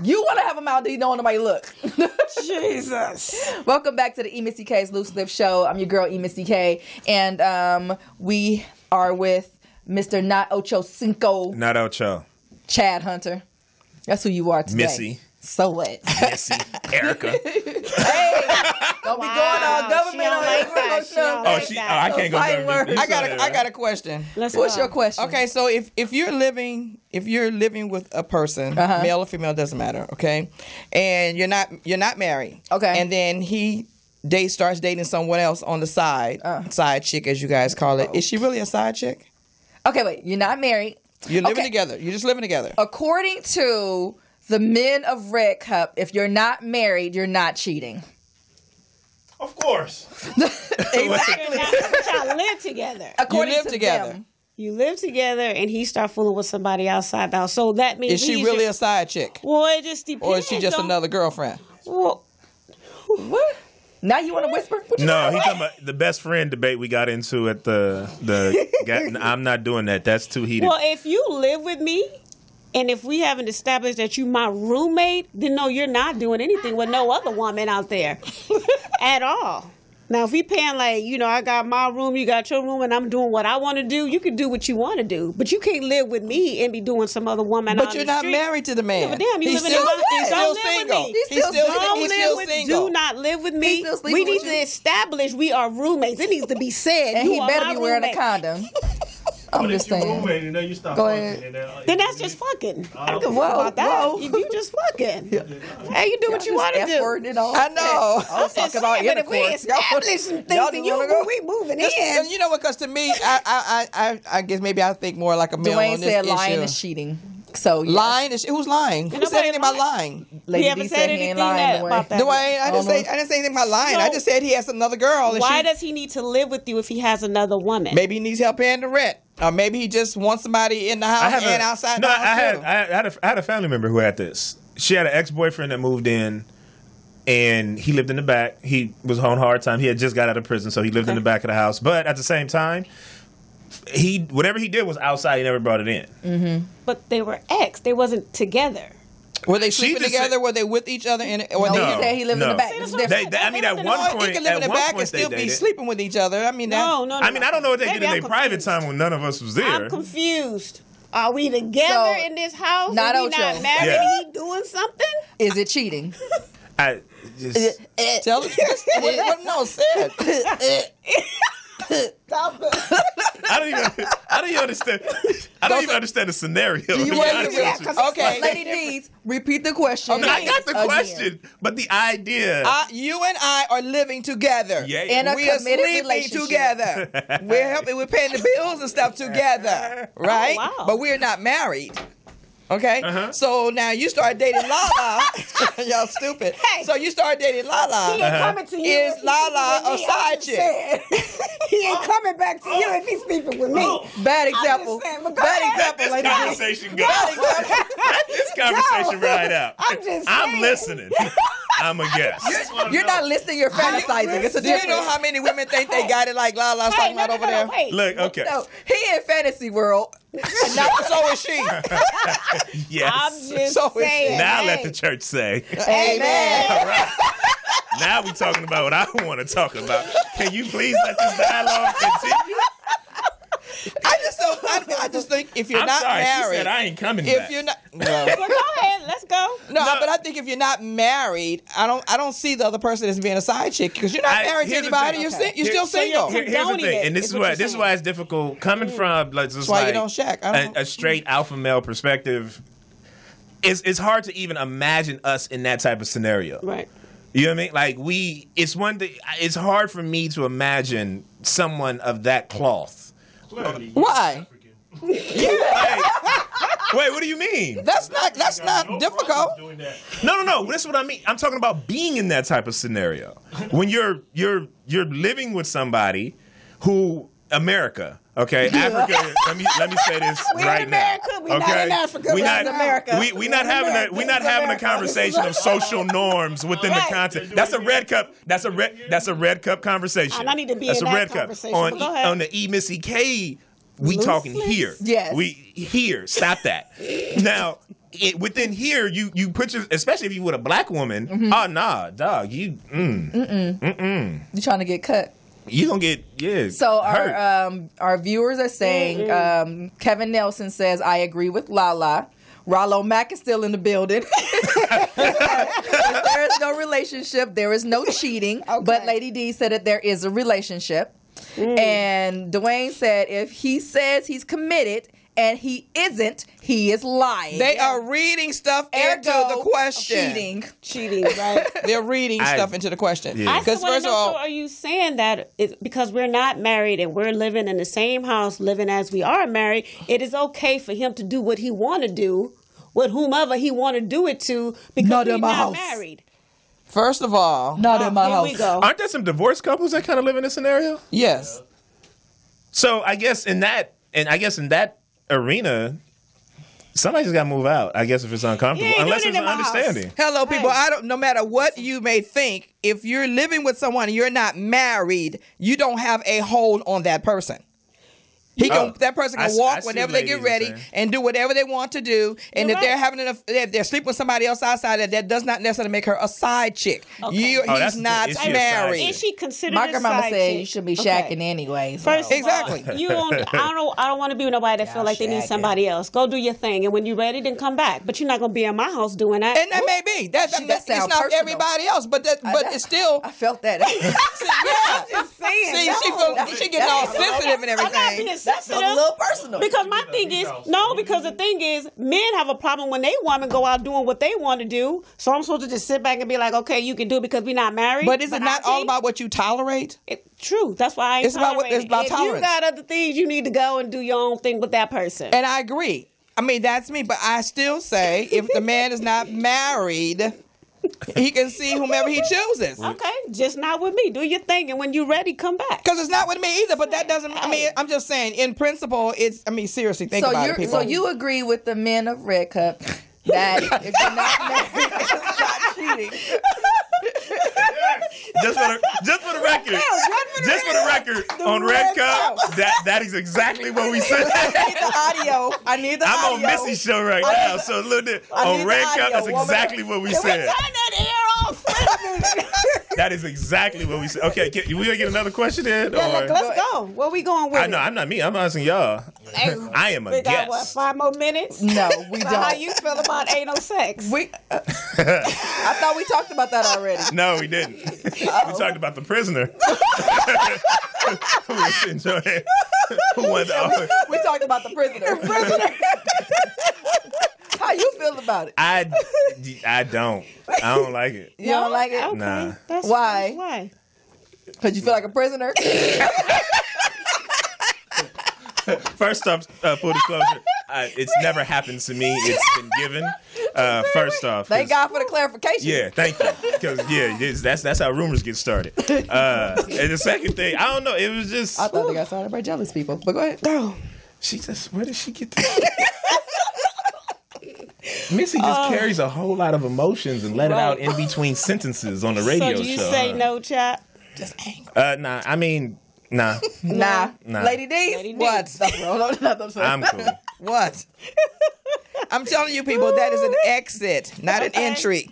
Speaker 2: You want to have them out there, you don't want nobody to look. Jesus. Welcome back to the E K's Loose Lip Show. I'm your girl E Missy K, and um, we are with Mr. Not Ocho Cinco,
Speaker 5: Not Ocho.
Speaker 2: Chad Hunter. That's who you are today.
Speaker 5: Missy.
Speaker 2: So what?
Speaker 5: Missy. Erica.
Speaker 2: Don't be going all government on like
Speaker 5: Oh, she. Oh, I can't go. government.
Speaker 4: I got. A, I got a question.
Speaker 2: Let's What's go. your question?
Speaker 4: Okay, so if if you're living if you're living with a person,
Speaker 2: Uh-huh.
Speaker 4: male or female, doesn't matter. Okay, and you're not you're not married.
Speaker 2: Okay,
Speaker 4: and then he date starts dating someone else on the side, side chick as you guys call it. Is she really a side chick?
Speaker 2: Okay, wait. You're not married.
Speaker 4: You're living
Speaker 2: Okay. Oh,
Speaker 4: together. You're just living together.
Speaker 2: According to the men of Red Cup, if you're not married, you're not cheating.
Speaker 6: Of course.
Speaker 3: exactly. Y'all live together.
Speaker 2: According
Speaker 3: you live
Speaker 2: to
Speaker 3: together.
Speaker 2: them.
Speaker 3: You live together, and he start fooling with somebody outside now. So that means
Speaker 4: Is she
Speaker 3: he's
Speaker 4: really
Speaker 3: your-
Speaker 4: a side chick,
Speaker 3: Well, it just depends.
Speaker 4: or is she just
Speaker 3: on-
Speaker 4: another girlfriend?
Speaker 3: Well,
Speaker 2: what? Now you want to whisper?
Speaker 5: No, he talking about the best friend debate we got into at the the. got- I'm not doing that. That's too heated.
Speaker 3: Well, if you live with me, and if we haven't established that you my roommate, then no, you're not doing anything with no other woman out there at all. Now, if we paying like you know, I got my room, you got your room, and I'm doing what I want to do. You can do what you want to do, but you can't live with me and be doing some other woman.
Speaker 4: But
Speaker 3: out
Speaker 4: you're
Speaker 3: in the
Speaker 4: not
Speaker 3: street.
Speaker 4: married to the man.
Speaker 3: Yeah, but damn, you
Speaker 4: He's
Speaker 3: living
Speaker 4: still-
Speaker 3: in my
Speaker 4: he's
Speaker 3: don't
Speaker 4: still
Speaker 3: live
Speaker 4: single.
Speaker 3: With me.
Speaker 4: He's He's still still single.
Speaker 3: don't
Speaker 4: single.
Speaker 3: live
Speaker 4: He's still
Speaker 3: with,
Speaker 4: single.
Speaker 3: Do not live with me.
Speaker 2: still sleeping
Speaker 3: we need
Speaker 2: with
Speaker 3: to establish we are roommates. It needs to be said.
Speaker 2: And
Speaker 3: you
Speaker 2: he
Speaker 3: are
Speaker 2: better
Speaker 3: my
Speaker 2: be wearing a
Speaker 3: roommate.
Speaker 2: condom. I'm just saying.
Speaker 6: And then you stop
Speaker 2: Go
Speaker 6: fucking,
Speaker 2: ahead.
Speaker 6: and uh, then,
Speaker 3: Then that's just fucking. I don't give a
Speaker 2: Whoa,
Speaker 3: fuck about that.
Speaker 2: whoa.
Speaker 3: You, you just fucking. Hey, you do what you
Speaker 2: just
Speaker 3: want to
Speaker 2: F-wording
Speaker 3: do.
Speaker 2: it all.
Speaker 3: I know.
Speaker 4: I'm
Speaker 3: just
Speaker 4: talking about
Speaker 3: saying, but if we
Speaker 4: intercourse. Y'all-
Speaker 3: establish some things,
Speaker 4: y'all
Speaker 3: then
Speaker 4: just wanna
Speaker 3: you-
Speaker 4: go-
Speaker 3: we moving
Speaker 4: Just-
Speaker 3: in.
Speaker 4: and You know what? Because to me, I, I, I, I- I guess maybe I think more like a male
Speaker 2: Dwayne
Speaker 4: on this
Speaker 2: said
Speaker 4: issue.
Speaker 2: lying is cheating. So yes.
Speaker 4: Lying is who's lying? Who said
Speaker 3: nobody
Speaker 4: anything about lying?
Speaker 2: Lady D said he ain't lying
Speaker 3: that-
Speaker 2: Dwayne.
Speaker 3: about that.
Speaker 4: Dwayne, I didn't say
Speaker 3: Almost.
Speaker 4: I didn't say anything about lying. I
Speaker 3: So-
Speaker 4: just said he has another girl. And
Speaker 3: Why
Speaker 4: she,
Speaker 3: does he need to live with you if he has another woman?
Speaker 4: maybe he needs help paying the rent, or maybe he just wants somebody in the house
Speaker 5: have
Speaker 4: and
Speaker 5: a-
Speaker 4: outside
Speaker 5: No,
Speaker 4: the
Speaker 5: I
Speaker 4: house.
Speaker 5: had,
Speaker 4: too.
Speaker 5: I had I had a, I had a family member who had this. She had an ex boyfriend that moved in, and he lived in the back. He was on hard time. He had just got out of prison, so he lived in the back of the house. But at the same time, he whatever he did was outside. He never brought it in.
Speaker 3: Mm-hmm. But they were ex. They wasn't together.
Speaker 4: Were they
Speaker 5: She
Speaker 4: sleeping
Speaker 5: just
Speaker 4: together? Were they with each other? In, or
Speaker 5: No,
Speaker 4: they,
Speaker 5: he said he lived in the no. back. See, that's what I'm They- saying. they- I mean, They at lived in one the- point-
Speaker 4: They could live
Speaker 5: at
Speaker 4: in the
Speaker 5: one
Speaker 4: back and
Speaker 5: point they
Speaker 4: still be
Speaker 5: dated.
Speaker 4: sleeping with each other. I mean, that,
Speaker 3: No, no, no.
Speaker 5: I mean, I don't know what they
Speaker 3: Maybe
Speaker 5: did in
Speaker 3: I'm
Speaker 5: their private time when none of us was there.
Speaker 3: I'm confused. Are we together
Speaker 2: So,
Speaker 3: in this house?
Speaker 2: not
Speaker 3: Not we
Speaker 2: Ocho.
Speaker 3: not married?
Speaker 5: Yeah.
Speaker 3: He doing something?
Speaker 2: Is it cheating?
Speaker 5: I just
Speaker 4: Tell us what, what no said.
Speaker 3: Stop it.
Speaker 5: I don't even I don't even understand I don't even understand the scenario.
Speaker 2: Do
Speaker 5: to
Speaker 2: you
Speaker 5: be
Speaker 2: want to
Speaker 5: honest
Speaker 2: repeat?
Speaker 5: with you.
Speaker 4: Okay.
Speaker 2: Lady D's, repeat the question.
Speaker 5: Oh, No, I got the
Speaker 2: again.
Speaker 5: question, but the idea.
Speaker 4: Uh, you and I are living together.
Speaker 5: Yeah.
Speaker 2: In a
Speaker 4: we are
Speaker 2: committed
Speaker 4: sleeping
Speaker 2: relationship.
Speaker 4: together. we're helping. We're paying the bills and stuff together, right?
Speaker 3: Oh, wow.
Speaker 4: But we're not married. Okay.
Speaker 5: Uh-huh.
Speaker 4: So now you start dating Lala. Y'all stupid. So you start dating Lala.
Speaker 3: He
Speaker 5: Uh-huh.
Speaker 3: ain't coming to you.
Speaker 4: Is
Speaker 3: if he sleeping
Speaker 4: Lala
Speaker 3: with
Speaker 4: a
Speaker 3: me. I'm
Speaker 4: side
Speaker 3: just
Speaker 4: chick?
Speaker 3: saying. Oh. he ain't coming back to you if he's sleeping with me.
Speaker 2: Bad
Speaker 3: just
Speaker 2: example.
Speaker 3: saying, but go
Speaker 2: Bad
Speaker 3: ahead.
Speaker 2: example, Lady
Speaker 5: Let this
Speaker 2: D.
Speaker 5: conversation go. Let this conversation ride out.
Speaker 3: I'm just
Speaker 5: I'm
Speaker 3: saying.
Speaker 5: listening. I'm a guest.
Speaker 2: You're not listening, you're fantasizing. It's a
Speaker 4: Do you
Speaker 2: difference.
Speaker 4: know how many women think they got it like Lala's
Speaker 3: Hey,
Speaker 4: talking
Speaker 3: no,
Speaker 4: about over
Speaker 3: no, no, no,
Speaker 4: there?
Speaker 3: wait.
Speaker 5: Look, okay.
Speaker 2: No, he in fantasy world.
Speaker 4: And now so is she.
Speaker 5: Yes.
Speaker 3: I'm just
Speaker 4: So it's-
Speaker 3: saying.
Speaker 5: now
Speaker 3: hey.
Speaker 5: let the church say.
Speaker 4: Amen.
Speaker 5: All right. Now we talking about what I want to talk about. Can you please let this dialogue continue?
Speaker 4: I just don't. I, I just think if you're
Speaker 5: I'm
Speaker 4: not
Speaker 5: sorry, she
Speaker 4: married,
Speaker 5: said I ain't coming
Speaker 4: If
Speaker 5: back.
Speaker 4: you're not, well,
Speaker 3: Well, go ahead. Let's go.
Speaker 4: no, but I think if you're not married, I don't, I don't see the other person as being a side chick because you're not
Speaker 5: I-
Speaker 4: married to
Speaker 5: here's the
Speaker 4: anybody.
Speaker 5: thing.
Speaker 4: You're,
Speaker 5: Okay.
Speaker 4: si- you're
Speaker 5: Here-
Speaker 4: still single.
Speaker 5: here- here's the thing, and this is why this is why it's difficult coming from like
Speaker 4: Mm.
Speaker 5: just
Speaker 4: That's why you
Speaker 5: like
Speaker 4: don't shack. I don't-
Speaker 5: a, a straight alpha male perspective. It's it's hard to even imagine us in that type of scenario.
Speaker 3: Right.
Speaker 5: You know what I mean? Like we, it's one thing. It's hard for me to imagine someone of that cloth.
Speaker 4: Why?
Speaker 5: Wait, what do you mean?
Speaker 4: That's not that's not difficult.
Speaker 5: No, no, no. That's what I mean. I'm talking about being in that type of scenario when you're you're you're living with somebody who America. Okay, Africa. let me let me say this
Speaker 3: We in
Speaker 5: right
Speaker 3: America,
Speaker 5: now.
Speaker 3: we not in Africa,
Speaker 5: we
Speaker 3: we
Speaker 5: not
Speaker 3: in America.
Speaker 5: We we
Speaker 3: We
Speaker 5: not
Speaker 3: in
Speaker 5: having
Speaker 3: America,
Speaker 5: a we
Speaker 3: this
Speaker 5: not
Speaker 3: is
Speaker 5: having
Speaker 3: America.
Speaker 5: a conversation of social norms within
Speaker 3: Right.
Speaker 5: the context. That's a red cup. That's a red. That's a red cup conversation.
Speaker 3: And I need to be
Speaker 5: That's
Speaker 3: in
Speaker 5: a
Speaker 3: that
Speaker 5: red cup
Speaker 3: conversation,
Speaker 5: on
Speaker 3: but go ahead.
Speaker 5: on the E Missy K. We
Speaker 3: Loose
Speaker 5: talking
Speaker 3: lips?
Speaker 5: here.
Speaker 3: Yes.
Speaker 5: We here. Stop that. now, it, within here, you you put your, especially if you with a black woman. Oh nah, dog. You mm,
Speaker 2: Mm-mm.
Speaker 5: mm
Speaker 2: You're trying to get cut.
Speaker 5: You gonna get yeah.
Speaker 2: So
Speaker 5: hurt.
Speaker 2: our um, our viewers are saying um, Kevin Nelson says I agree with Lala. Rollo Mack is still in the building. If there is no relationship. There is no cheating. But Lady D said that there is a relationship. Mm. And Dwayne said if he says he's committed and he isn't, he is lying.
Speaker 4: They are reading stuff into the question.
Speaker 2: Cheating.
Speaker 3: Cheating, right?
Speaker 4: They're reading
Speaker 3: I-
Speaker 4: stuff into the question.
Speaker 3: I still
Speaker 4: Because
Speaker 3: want
Speaker 4: first
Speaker 3: to
Speaker 4: of
Speaker 3: know,
Speaker 4: all,
Speaker 3: so are you saying that it's because we're not married and we're living in the same house, living as we are married, it is okay for him to do what he want to do with whomever he want to do it to because
Speaker 4: Not
Speaker 3: we're
Speaker 4: in my
Speaker 3: not
Speaker 4: house.
Speaker 3: married.
Speaker 4: first of all,
Speaker 2: not in
Speaker 3: my Here we house. go.
Speaker 5: Aren't there some divorced couples that kind of live in this scenario?
Speaker 4: Yes.
Speaker 5: So I guess in that and I guess in that arena, somebody's got to move out. I guess if it's uncomfortable, unless it's an understanding.
Speaker 4: Hello, people. I don't. No matter what you may think, if you're living with someone and you're not married, you don't have a hold on that person. He can,
Speaker 5: Oh.
Speaker 4: that person
Speaker 5: I
Speaker 4: can
Speaker 5: s- I
Speaker 4: walk
Speaker 5: see
Speaker 4: whenever
Speaker 5: what
Speaker 4: they get
Speaker 5: ladies are
Speaker 4: ready
Speaker 5: saying.
Speaker 4: and do whatever they want to do. And
Speaker 3: You're
Speaker 4: if they're
Speaker 3: right.
Speaker 4: having enough, if they're sleeping with somebody else outside, that, that does not necessarily make her a side chick. You,
Speaker 5: Oh,
Speaker 4: he's
Speaker 5: that's the
Speaker 4: not
Speaker 5: thing. Is she a side
Speaker 4: married.
Speaker 5: chick?
Speaker 3: Is she considered
Speaker 2: My
Speaker 3: a
Speaker 2: grandmama
Speaker 3: side
Speaker 2: said
Speaker 3: chick?
Speaker 2: you should be
Speaker 3: Okay.
Speaker 2: shacking anyway. so-
Speaker 3: First, exactly. you don't. I don't. I don't want to be with nobody that feel like they need somebody else. Go do your thing, and when you're ready, then come back. But you're not gonna be in my house doing that.
Speaker 4: And that may be that, that,
Speaker 2: She-
Speaker 4: that-
Speaker 2: that
Speaker 4: it's
Speaker 2: sound
Speaker 4: not
Speaker 2: personal.
Speaker 4: everybody else, but that but it's still.
Speaker 2: I felt that.
Speaker 4: yeah. See, she feel, she getting all
Speaker 3: That's-
Speaker 4: sensitive and everything.
Speaker 3: I'm not being sensitive.
Speaker 2: a little personal.
Speaker 3: Because my thing is, no, because the thing is, men have a problem when they women go out doing what they want to do. So I'm supposed to just sit back and be like, okay, you can do it because we're not married.
Speaker 4: But is it not all
Speaker 3: Auntie,
Speaker 4: about what you tolerate?
Speaker 3: It, true. That's why I ain't
Speaker 4: It's about what-
Speaker 3: tolerating
Speaker 4: it's about
Speaker 3: it. If you
Speaker 4: tolerance.
Speaker 3: got other things, you need to go and do your own thing with that person.
Speaker 4: And I agree. I mean, that's me. But I still say, if the man is not married, he can see whomever he chooses.
Speaker 3: okay, just not with me. Do your thing, and when you're ready, come back.
Speaker 4: Because it's not with me either. But that doesn't. I mean, I'm just saying. In principle, it's. I mean, seriously, think
Speaker 2: so
Speaker 4: about it,
Speaker 2: you
Speaker 4: people.
Speaker 2: so you agree with the men of Red Cup that if you're not married, it's not cheating.
Speaker 5: Just for the just for the record, just for the record, on
Speaker 4: red
Speaker 5: Red Cup, that that is exactly what we said.
Speaker 4: I need the audio. I need the
Speaker 5: I'm on
Speaker 4: audio.
Speaker 5: Missy's show right
Speaker 4: I
Speaker 5: now,
Speaker 4: need the-
Speaker 5: so a little bit
Speaker 4: I need
Speaker 5: on
Speaker 4: the
Speaker 5: Red Cup.
Speaker 4: audio,
Speaker 5: That's
Speaker 4: woman.
Speaker 5: exactly what we
Speaker 4: Can we
Speaker 5: said.
Speaker 3: that air off.
Speaker 5: That is exactly what we said. Okay, can, we gonna get another question in?
Speaker 3: Yeah,
Speaker 5: or-
Speaker 3: look, let's go. Where we going with
Speaker 5: I know I'm not me. I'm asking y'all.
Speaker 3: Hey,
Speaker 5: I am
Speaker 3: it?
Speaker 5: a
Speaker 3: We got
Speaker 5: guest.
Speaker 3: what five more minutes?
Speaker 2: No, we
Speaker 3: So
Speaker 2: don't.
Speaker 3: How you feel about oh ain't no sex?
Speaker 2: We I thought we talked about that already.
Speaker 5: No, we didn't. We talked about the prisoner. who was enjoying who won the Oscar.
Speaker 2: We talked about the prisoner. prisoner. How you feel about it?
Speaker 5: I I don't. I don't like it.
Speaker 2: You don't like it?
Speaker 5: Nah.
Speaker 3: That's
Speaker 2: Why?
Speaker 3: Why?
Speaker 2: Because you feel like a prisoner?
Speaker 5: First off, uh, full disclosure, uh, it's never happened to me. It's been given. Uh, first off, 'cause-
Speaker 2: Thank God for the clarification.
Speaker 5: Yeah, thank you. Because yeah, it's- that's that's how rumors get started. Uh, and the second thing, I don't know. It was just
Speaker 2: I thought they got started by jealous people. But go ahead.
Speaker 3: No.
Speaker 5: she just. Where did she get this? Missy just
Speaker 3: Oh.
Speaker 5: carries a whole lot of emotions and let it out in between sentences on the radio
Speaker 3: so do you
Speaker 5: show.
Speaker 3: say
Speaker 5: huh?
Speaker 3: no, chat?
Speaker 5: Uh, nah, I mean, nah.
Speaker 2: Nah.
Speaker 5: Nah.
Speaker 2: Lady D.
Speaker 3: Lady D.
Speaker 2: What? Stop, bro. No, no, no, no.
Speaker 5: I'm cool.
Speaker 4: What? I'm telling you, people, that is an exit, not an entry.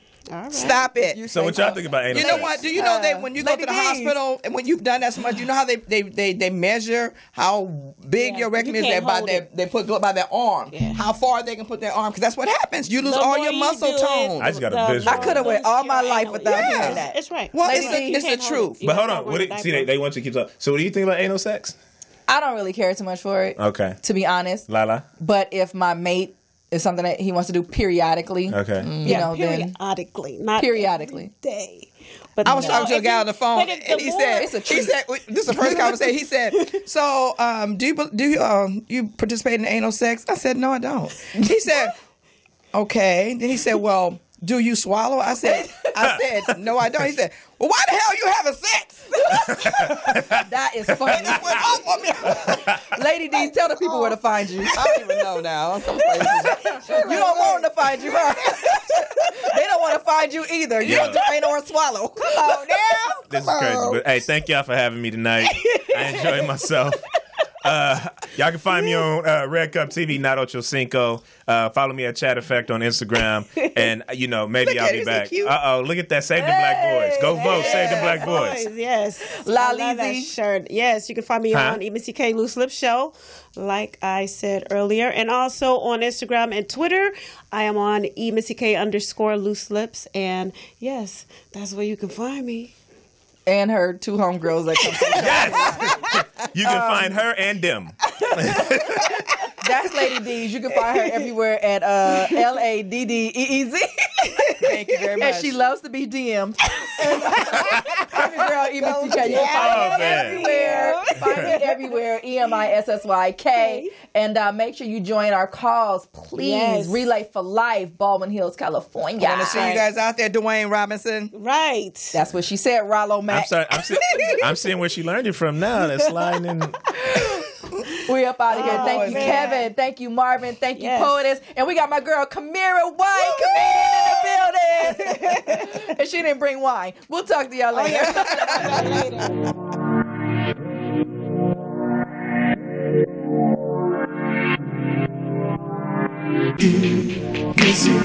Speaker 4: Stop it.
Speaker 5: So what y'all think about anal
Speaker 4: You know
Speaker 5: sex?
Speaker 4: what? Do you know that when you go to
Speaker 2: Lady
Speaker 4: the
Speaker 2: D's.
Speaker 4: hospital and when you've done that so much, you know how they they they, they measure how big your rectum is
Speaker 3: can't
Speaker 4: that by
Speaker 3: hold
Speaker 4: their, they put by their arm, how far they can put their arm because that's what happens. You lose
Speaker 3: The
Speaker 4: all
Speaker 3: more
Speaker 4: your
Speaker 3: you
Speaker 4: muscle
Speaker 3: do it,
Speaker 4: tone.
Speaker 5: I just got a the- visual.
Speaker 4: I could have went all my life without
Speaker 3: Yeah.
Speaker 4: hearing that.
Speaker 3: It's right.
Speaker 4: Well,
Speaker 3: Lady
Speaker 4: it's the-
Speaker 3: D, you
Speaker 4: it's the
Speaker 3: can't hold
Speaker 4: truth.
Speaker 3: it. You
Speaker 5: But
Speaker 3: gotta
Speaker 5: hold
Speaker 3: start
Speaker 5: on. What
Speaker 3: running
Speaker 5: do you, see, they,
Speaker 3: diapers.
Speaker 5: they want you to keep up. So what do you think about anal sex?
Speaker 2: I don't really care too much for it,
Speaker 5: Okay.
Speaker 2: to be honest.
Speaker 5: Lala.
Speaker 2: But if my mate is something that he wants to do periodically,
Speaker 5: Okay.
Speaker 2: you
Speaker 3: Yeah,
Speaker 2: know, then
Speaker 3: periodically, not
Speaker 2: periodically.
Speaker 3: Day. But
Speaker 4: I was
Speaker 3: no,
Speaker 4: talking to a
Speaker 3: if
Speaker 4: guy
Speaker 3: you-
Speaker 4: on the phone,
Speaker 3: but if the
Speaker 4: and he
Speaker 3: more-
Speaker 4: said,
Speaker 3: It's a
Speaker 4: "He
Speaker 3: treat.
Speaker 4: said we- this is the first conversation." He said, "So, um, do you bel- do you, um, you participate in anal sex?" I said, "No, I don't." He said, "Okay." Then he said, "Well, do you swallow?" I said, "I said no, I don't." He said, "Well, why the hell are you having sex?"
Speaker 2: that is funny. Lady D, tell the people where to find you.
Speaker 4: I don't even know now. I'm so crazy.
Speaker 2: You don't want them to find you, huh? they don't want to find you either. You
Speaker 5: Yeah.
Speaker 2: don't do anal or swallow. Come on now.
Speaker 5: This is crazy. But hey, thank y'all for having me tonight. I enjoyed myself. Uh, y'all can find me on uh, Red Cup TV, not Ocho Cinco. Uh, follow me at Chat Effect on Instagram, and uh, you know maybe
Speaker 3: Look
Speaker 5: I'll
Speaker 3: at
Speaker 5: be
Speaker 3: it, isn't
Speaker 5: back.
Speaker 3: it cute?
Speaker 5: Uh oh, look at that! Save the black boys. Go vote. Save the black boys.
Speaker 3: Yes.
Speaker 2: La
Speaker 3: I love that
Speaker 2: Lizzy.
Speaker 3: shirt. Yes, you can find me
Speaker 5: Huh?
Speaker 3: on E EMCK Loose Lip Show, like I said earlier, and also on Instagram and Twitter. I am on E EMCK underscore Loose Lips, and yes, that's where you can find me.
Speaker 2: And her two homegirls that come.
Speaker 5: You
Speaker 3: Um,
Speaker 5: can find her and them.
Speaker 2: That's Lady D's. You can find her everywhere at uh, L A D D E E Z.
Speaker 4: Thank you very much.
Speaker 2: And she loves to be DM'd. And, uh, I'm your girl, E EMCK. You can
Speaker 5: Oh,
Speaker 2: find me
Speaker 5: man.
Speaker 2: everywhere. Find me everywhere, E M I S S Y K. And uh, make sure you join our calls, please.
Speaker 3: Yes.
Speaker 2: Relay for Life, Baldwin Hills, California.
Speaker 4: I want to see you guys out there, Dwayne Robinson.
Speaker 3: Right.
Speaker 2: That's what she said, Rollo
Speaker 5: I'm
Speaker 2: Mac.
Speaker 5: sorry. I'm, see- I'm seeing where she learned it from now. That's sliding in.
Speaker 2: We up out of here.
Speaker 3: Oh,
Speaker 2: Thank you,
Speaker 3: man.
Speaker 2: Kevin. Thank you, Marvin. Thank you,
Speaker 3: Yes.
Speaker 2: Poetess. And we got my girl Kamira White, comedian in the building. and she didn't bring wine. We'll talk to
Speaker 3: Oh,
Speaker 2: y'all later.
Speaker 11: Is it